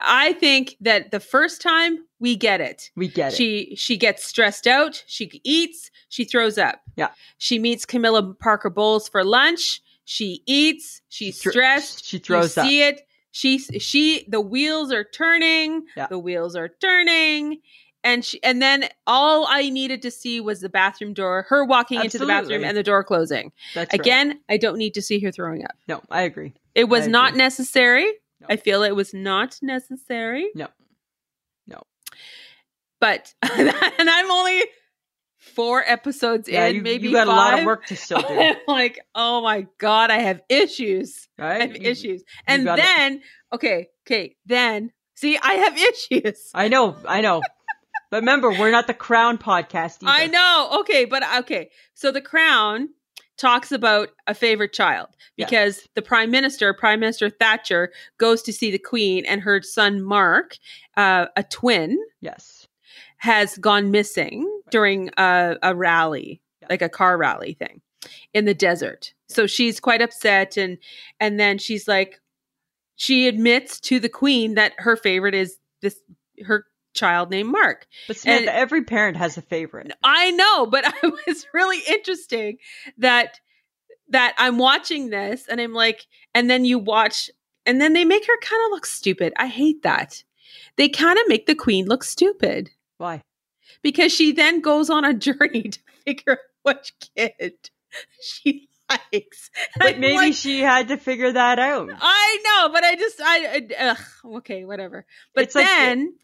I think that the first time we get it.
We get it.
She she gets stressed out. She eats. She throws up.
Yeah.
She meets Camilla Parker Bowles for lunch. She eats. She's
She thro-
stressed.
She throws
you
up.
see it. She she the wheels are turning.
Yeah.
The wheels are turning. And she and then all I needed to see was the bathroom door, her walking into the bathroom
Absolutely.
and the door closing.
That's right.
Again, I don't need to see her throwing up.
No, I agree.
It was
I
not
agree.
necessary.
No.
I feel it was not necessary.
No. No.
But and I'm only four episodes
Yeah,
in,
you,
maybe
you got
five.
a lot of work to still do.
I'm like, oh my god, I have issues. I
Right?
have
You-
issues. And
got it.
then, okay, okay, then see, I have issues.
I know. I know. but remember, we're not the Crown podcast. Either.
I know. Okay, but uh, okay. So the crown talks about a favorite child
Yes.
because the prime minister, Prime Minister Thatcher, goes to see the queen, and her son Mark, uh, a twin,
Yes.
has gone missing during a, a rally,
Yeah.
like a car rally thing in the desert. So she's quite upset and and then she's like she admits to the queen that her favorite is this her child named Mark.
But Samantha, every parent has a favorite.
I know, but I was really interesting that that I'm watching this and I'm like, and then you watch, and then they make her kind of look stupid. I hate that. They kind of make the queen look stupid
Why?
because she then goes on a journey to figure out which kid she likes. And
But
I'm
maybe
like,
she had to figure that out.
I know, but I just I, I ugh, okay, whatever. But
It's like-
then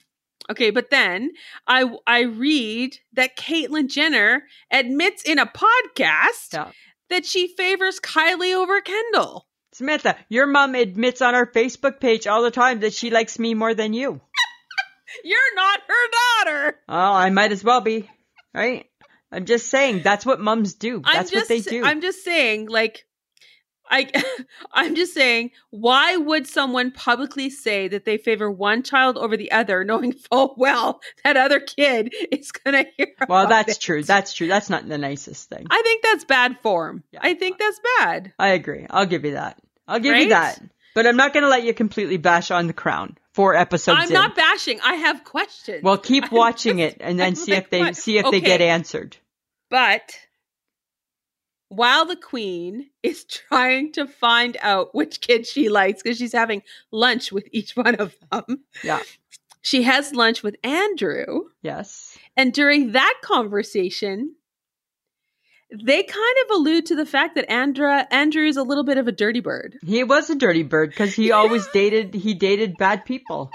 okay, but then I I read that Caitlyn Jenner admits in a podcast
Yeah.
that she favors Kylie over Kendall.
Samantha, your mom admits on our Facebook page all the time that she likes me more than you.
You're not her daughter.
Oh, I might as well be, right? I'm just saying that's what mums do. That's
I'm just
what they do.
I'm just saying like I I'm just saying why would someone publicly say that they favor one child over the other knowing full well that other kid is going to hear
well,
about
that's
it?
true. That's true. That's not the nicest thing. I,
I think that's bad form.
Yeah.
I think that's bad.
agree. I'll give you that. I'll give
Right?
you that. But I'm not going to let you completely bash on the crown. Four episodes.
I'm
in.
not bashing. I have questions.
Well, keep
I'm
watching
just-
it and then
I'm
see
like,
if they
what?
see if they get
Okay.
answered.
but while the queen is trying to find out which kid she likes because she's having lunch with each one of them,
Yeah.
she has lunch with Andrew.
Yes.
And during that conversation, they kind of allude to the fact that Andra Andrew's a little bit of a dirty bird.
He was a dirty bird because he
Yeah.
always dated he dated bad people.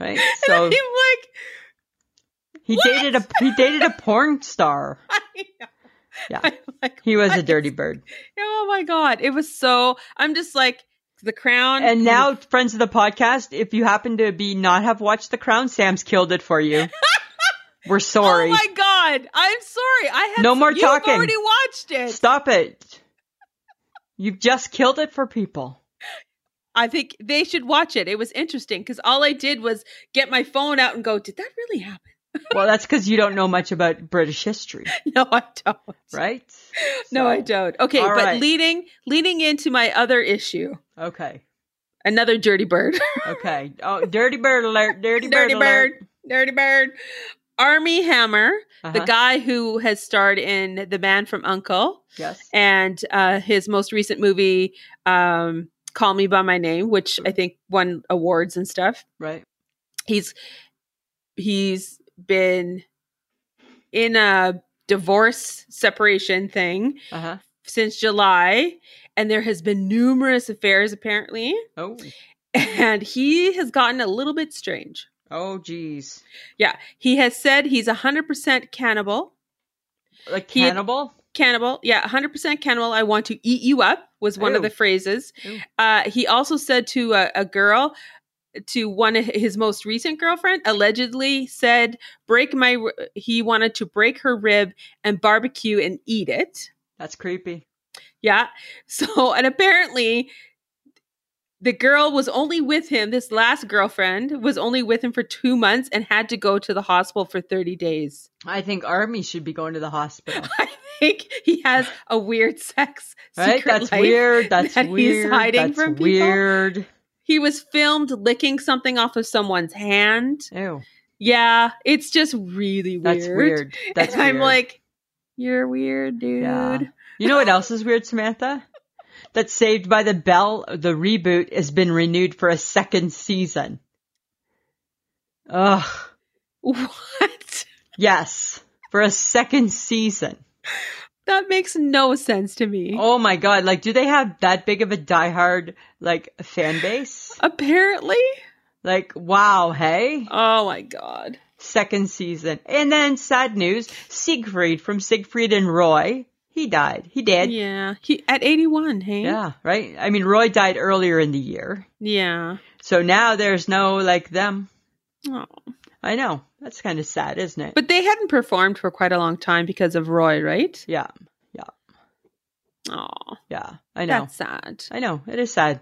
Right?
So,
So
and I'm
he
what?
dated a he dated a porn star.
like, I know.
Yeah.
I'm like,
He was a
what?
dirty bird.
Oh my god, it was so. I'm just like the crown.
And now, friends of the podcast, if you happen to be not have watched The Crown, Sam's killed it for you. We're
Oh
sorry.
my god, I'm sorry. I have
No more
you've
talking.
Already watched it.
Stop it. You've just killed it for people.
I think they should watch it. It was interesting because all I did was get my phone out and go, "Did that really happen?"
Well, that's because you don't know much about British history,
No, I don't.
right?
No, I don't. Okay,
All
but
right.
leading leading into my other issue,
Okay.
another dirty bird.
Okay. Oh, dirty bird alert. Dirty bird
dirty
alert.
bird. Dirty bird. Army Hammer, the
Uh-huh.
guy who has starred in The Man from Uncle
Yes.
and uh, his most recent movie, um, Call Me by My Name, which I think won awards and stuff.
Right.
He's he's been in a divorce separation thing
Uh-huh.
since July, and there has been numerous affairs apparently,
Oh.
and he has gotten a little bit strange.
Oh, geez.
Yeah, he has said he's 100% cannibal.
Like
He-
cannibal?
Cannibal, yeah, 100% cannibal. I want to eat you up was one of
Ew.
the phrases.
Ew.
Uh, he also said to uh, a, a girl, to one of his most recent girlfriend, allegedly said, "Break my." r- He wanted to break her rib and barbecue and eat it.
That's creepy.
Yeah. So, and apparently the girl was only with him, this last girlfriend was only with him for two months and had to go to the hospital for 30 days.
I think army should be going to the hospital.
I think he has a weird sex
Right?
secret
That's
life.
weird. That's
that he's
weird.
hiding
That's
from people.
weird.
He was filmed licking something off of someone's hand.
Ew.
Yeah, it's just really weird.
That's weird. That's
and I'm
weird.
like, you're weird, dude.
Yeah. You know what else is weird, Samantha? That Saved by the Bell, the reboot, has been renewed for a second season. Ugh.
What?
Yes. For a second season.
That makes no sense to me.
Oh my god. Like, do they have that big of a diehard, like, fan base?
Apparently.
Like, wow, hey?
Oh my god.
Second season. And then, sad news, Siegfried from Siegfried and Roy, he died. He did.
yeah. He at 81, hey?
yeah, right? I mean, Roy died earlier in the year.
Yeah.
So now there's no, like, them.
Oh.
I know. That's kind of sad, isn't it?
But they hadn't performed for quite a long time because of Roy, right?
yeah,
Oh.
yeah. I know.
That's sad.
I know. It is sad.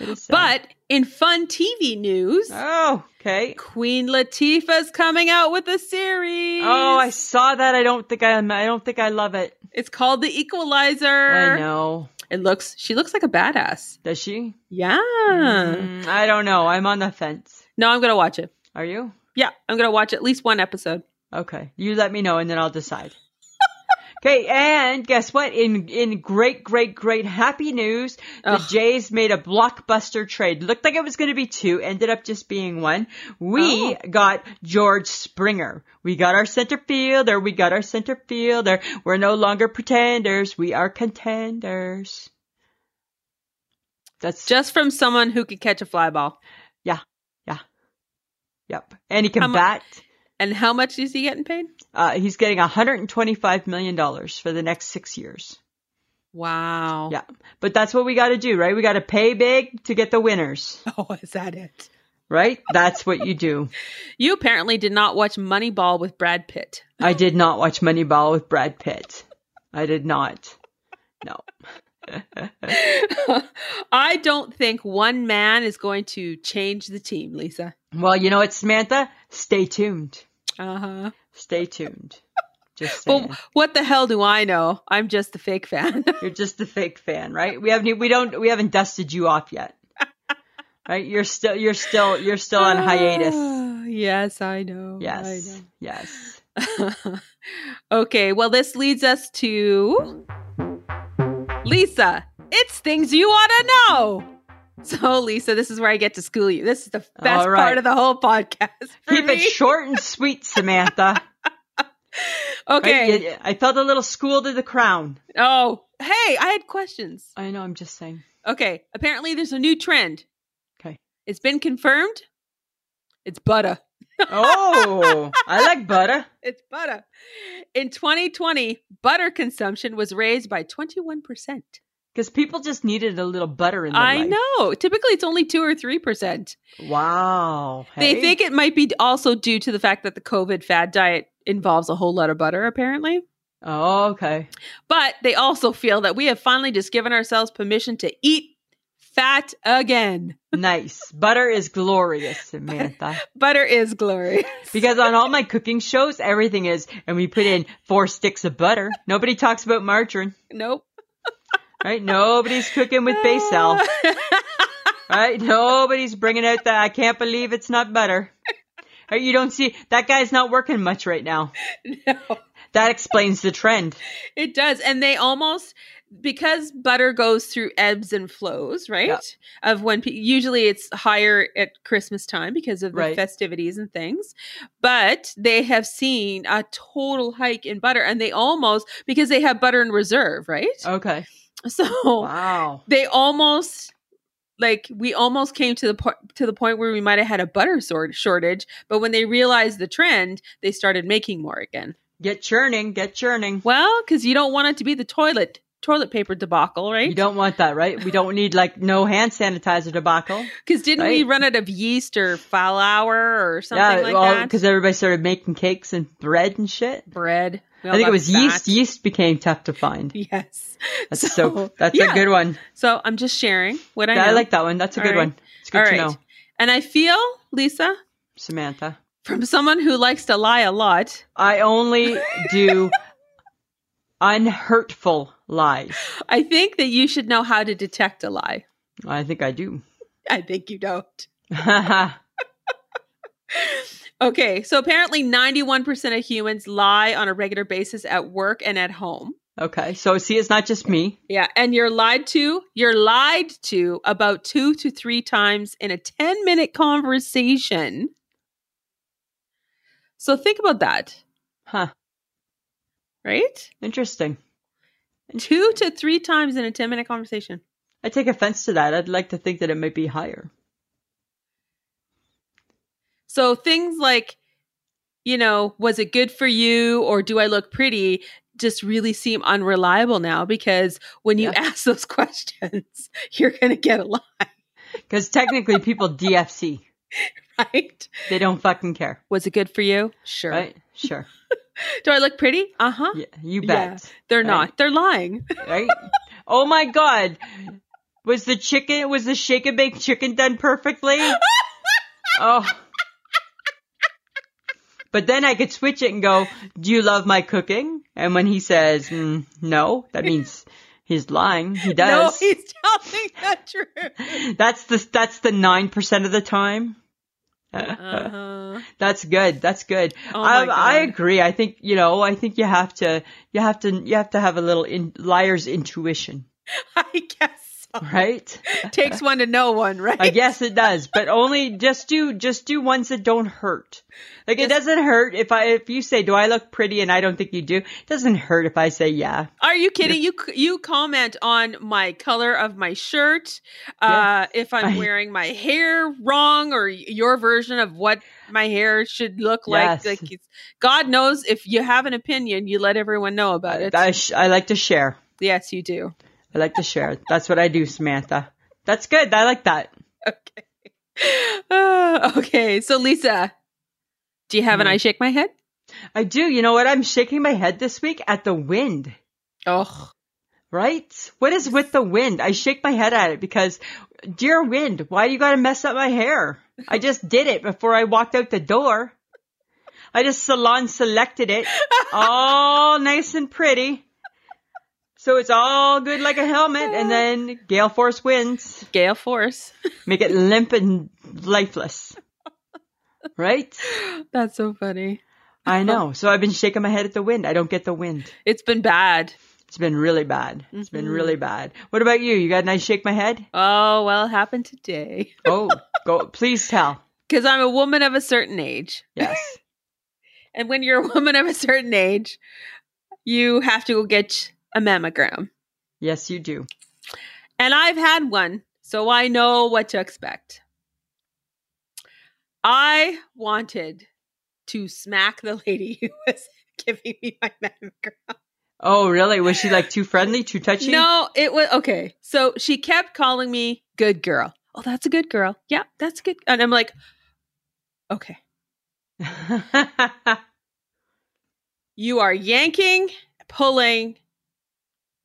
It is sad.
But in fun TV news,
oh, okay.
Queen Latifah's coming out with a series.
Oh, I saw that. I don't think I. I don't think I love it.
It's called The Equalizer.
I know.
It looks she looks like a badass.
Does she?
Yeah.
Mm, I don't know. I'm on the fence.
No, I'm going to watch it.
Are you?
Yeah, I'm going to watch at least one episode.
Okay. You let me know, and then I'll decide. okay. And guess what? In in great, great, great happy news, the
Ugh.
Jays made a blockbuster trade. Looked like it was going to be two, ended up just being one.
Oh.
We got George Springer. We got our center fielder. We got our center fielder. We're no longer pretenders. We are contenders. That's
Just from someone who could catch a fly ball.
yep. And he can
How mu-
bat.
And how much is he getting paid?
Uh, he's getting 125 million dollars for the next six years.
Wow.
Yeah. But that's what we got to do, right? We got to pay big to get the winners,
Oh, is that it?
right? That's what you do.
You apparently did not watch Moneyball with Brad Pitt.
I did not watch Moneyball with Brad Pitt. I did not. No.
I don't think one man is going to change the team, Lisa.
Well, you know what, Samantha? Stay tuned.
Uh huh.
Stay tuned. Just saying.
Well, what the hell do I know? I'm just the fake fan.
You're just a fake fan, right? We haven't e, we don't we haven't dusted you off yet. Right? You're still you're still you're still on hiatus.
Ah, yes, I know.
Yes. Yes.
I know. okay. Well, this leads us to Lisa. It's things you want to know. So, Lisa, this is where I get to school you. This is the best
All right.
part of the whole podcast. for
Keep
me.
it short and sweet, Samantha.
Okay.
Right? You- I felt a little school to the crown.
Oh, hey, I had questions.
I know, I'm just saying.
Okay, apparently there's a new trend.
Okay.
It's been confirmed. It's butter.
Oh, I like butter.
It's butter. In 2020, butter consumption was raised by 21%.
Because people just needed a little butter in their
I
life.
know. Typically, it's only 2 or 3%.
Wow.
They
Hey.
think it might be also due to the fact that the COVID fad diet involves a whole lot of butter, apparently.
Oh, okay.
But they also feel that we have finally just given ourselves permission to eat fat again.
Nice. butter is glorious, Samantha.
Butter is glorious.
Because on all my cooking shows, everything is, and we put in four sticks of butter. Nobody talks about margarine,
nope.
right? Nobody's cooking with basil, right? Nobody's bringing out the, I can't believe it's not butter. Right? You don't see, that guy's not working much right now.
no.
That explains the trend.
It does. And they almost because butter goes through ebbs and flows, right?
Yeah.
Of when pe- usually it's higher at Christmas time because of the
Right.
festivities and things. But they have seen a total hike in butter and they almost because they have butter in reserve, right?
Okay.
So
Oh, Wow.
they almost like we almost came to the po- to the point where we might have had a butter sort- shortage, but when they realized the trend, they started making more again.
Get churning, get churning.
Well, because you don't want it to be the toilet toilet paper debacle,
You
right?
don't want that, right? We don't need like no hand sanitizer debacle.
Because didn't we
right.
run out of yeast or flour or something like that?
because everybody started making cakes and bread and shit.
bread. We
I
all
think it
got
was
fat.
yeast. Yeast became tough to find.
Yes.
That's
So,
so, that's
yeah.
a good one.
So I'm just sharing what I know.
I, like that one. That's a
All
good
right.
one. It's good
All
to
right.
know,
And I feel Lisa,
Samantha.
from someone who likes to lie a lot,
I only do unhurtful lies.
I think that you should know how to detect a lie.
I think I do.
I think you don't.
wow.
Okay, so apparently 91% of humans lie on a regular basis at work and at home.
Okay. So see, it's not just me.
Yeah, and you're lied to. You're lied to about two to three times in a 10 minute conversation. So think about that,
Huh.
right?
Interesting.
Two to three times in a 10 minute conversation.
I take offense to that. I'd like to think that it might be higher.
So things like, you know, was it good for you or do I look pretty just really seem unreliable now because when you
Yeah.
ask those questions, you're going to get a lie,
Because technically, people DFC.
right?
They don't fucking care.
Was it good for you? Sure.
Right? Sure.
Do I look pretty? Uh huh.
Yeah, you
Yeah.
bet.
They're
Right.
not. They're lying.
Right? oh my god. Was the chicken was the shake and bake chicken done perfectly? oh. But then I could switch it and go, "Do you love my cooking?" And when he says, mm, "No," that means he's lying. He does.
No, he's telling the truth.
that's the that's the 9% of the time.
Uh-huh.
That's good. That's good.
Oh my
I, I
God.
agree. I think you know. I think you have to. You have to. You have to have a little in, liar's intuition,
I guess so.
right?
Takes one to know one, right?
I guess it does, but only just do just do ones that don't hurt. Like it
Just-
doesn't hurt if I if you say, "Do I look pretty?" and I don't think you do. It doesn't hurt if I say, "Yeah."
Are you kidding? You c- you comment on my color of my shirt, uh, if I'm
I-
wearing my hair wrong, or y- your version of what my hair should look
Yes.
like. Like it's, God knows if you have an opinion, you let everyone know about it.
I sh- I like to share.
yes, you do.
I like to share. That's what I do, Samantha. That's good. I like that.
Okay. Uh, okay. So Lisa, do you have an
Mhm.
I shake my head?
I do. You know what? I'm shaking my head this week at the wind.
Oh.
Right? What is with the wind? I shake my head at it because, dear wind, why you gotta mess up my hair? I just did it before I walked out the door. I just salon selected it, all nice and pretty. So it's all good like a helmet, and then gale force winds
Gale force.
make it limp and lifeless. Right?
That's so funny.
I know. So I've been shaking my head at the wind. I don't get the wind.
It's been bad.
It's been really bad. It's been
Mhm.
really bad. What about you? You got a nice shake my head?
Oh, well, it happened today.
Oh, go! Please tell.
Because I'm a woman of a certain age.
Yes.
And when you're a woman of a certain age, you have to go get a mammogram.
Yes, you do.
And I've had one, so I know what to expect. I wanted to smack the lady who was giving me my mammogram.
Oh, really? Was she like too friendly, too touchy?
No, it was okay. So she kept calling me good girl. Oh, that's a good girl. Yeah, that's good. And I'm like, okay, you are yanking, pulling,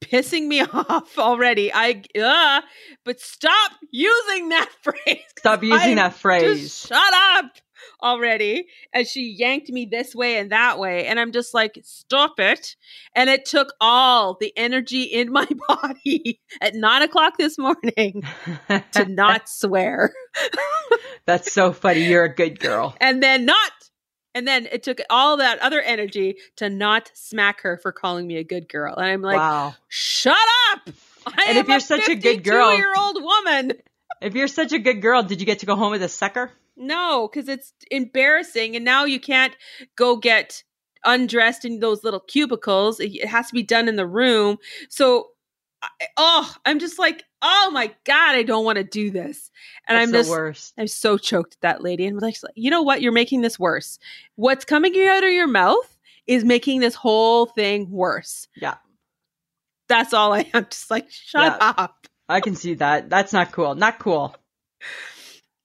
pissing me off already. I, uh, but stop using that phrase.
Stop using
I
that
Just
phrase.
shut up already. And she yanked me this way and that way. And I'm just like, stop it. And it took all the energy in my body at nine o'clock this morning to not swear
That's so funny. You're a good girl.
and then not. And then it took all that other energy to not smack her for calling me a good girl. And I'm like,
wow.
shut up. I
And if
am
you're such a good girl-
year old woman.
If you're such a good girl, did you get to go home with a sucker?
No, because it's embarrassing. And now you can't go get undressed in those little cubicles. It, it has to be done in the room. So, I, oh, I'm just like, oh my God, I don't want to do this. And
That's
I'm
the
just,
worst.
I'm so choked at that lady. And I'm like, you know what? You're making this worse. What's coming out of your mouth is making this whole thing worse.
Yeah.
That's all I am. Just like, shut up.
I can see that. That's not cool. Not cool.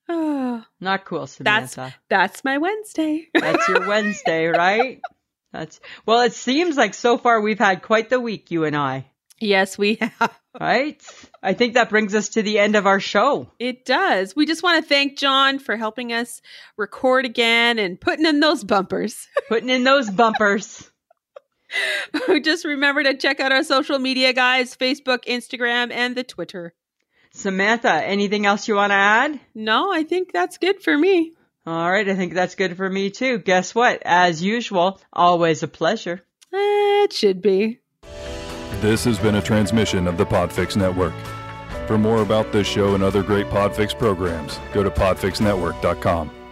Not cool,
That's-
Samantha.
That's my Wednesday.
That's, your Wednesday, right? That's well. It seems like so far we've had quite the week, you and I.
yes, we have.
Right? I think that brings us to the end of our show.
It does. We just want to thank John for helping us record again and putting in those bumpers.
Putting in those bumpers.
just remember to check out our social media, guys Facebook, Instagram, and the Twitter.
Samantha, anything else you want to add?
No, I think that's good for me.
All right, I think that's good for me too. Guess what? As usual, always a pleasure.
Eh, It should be.
This has been a transmission of the Podfix Network. For more about this show and other great Podfix programs, go to podfixnetwork.com.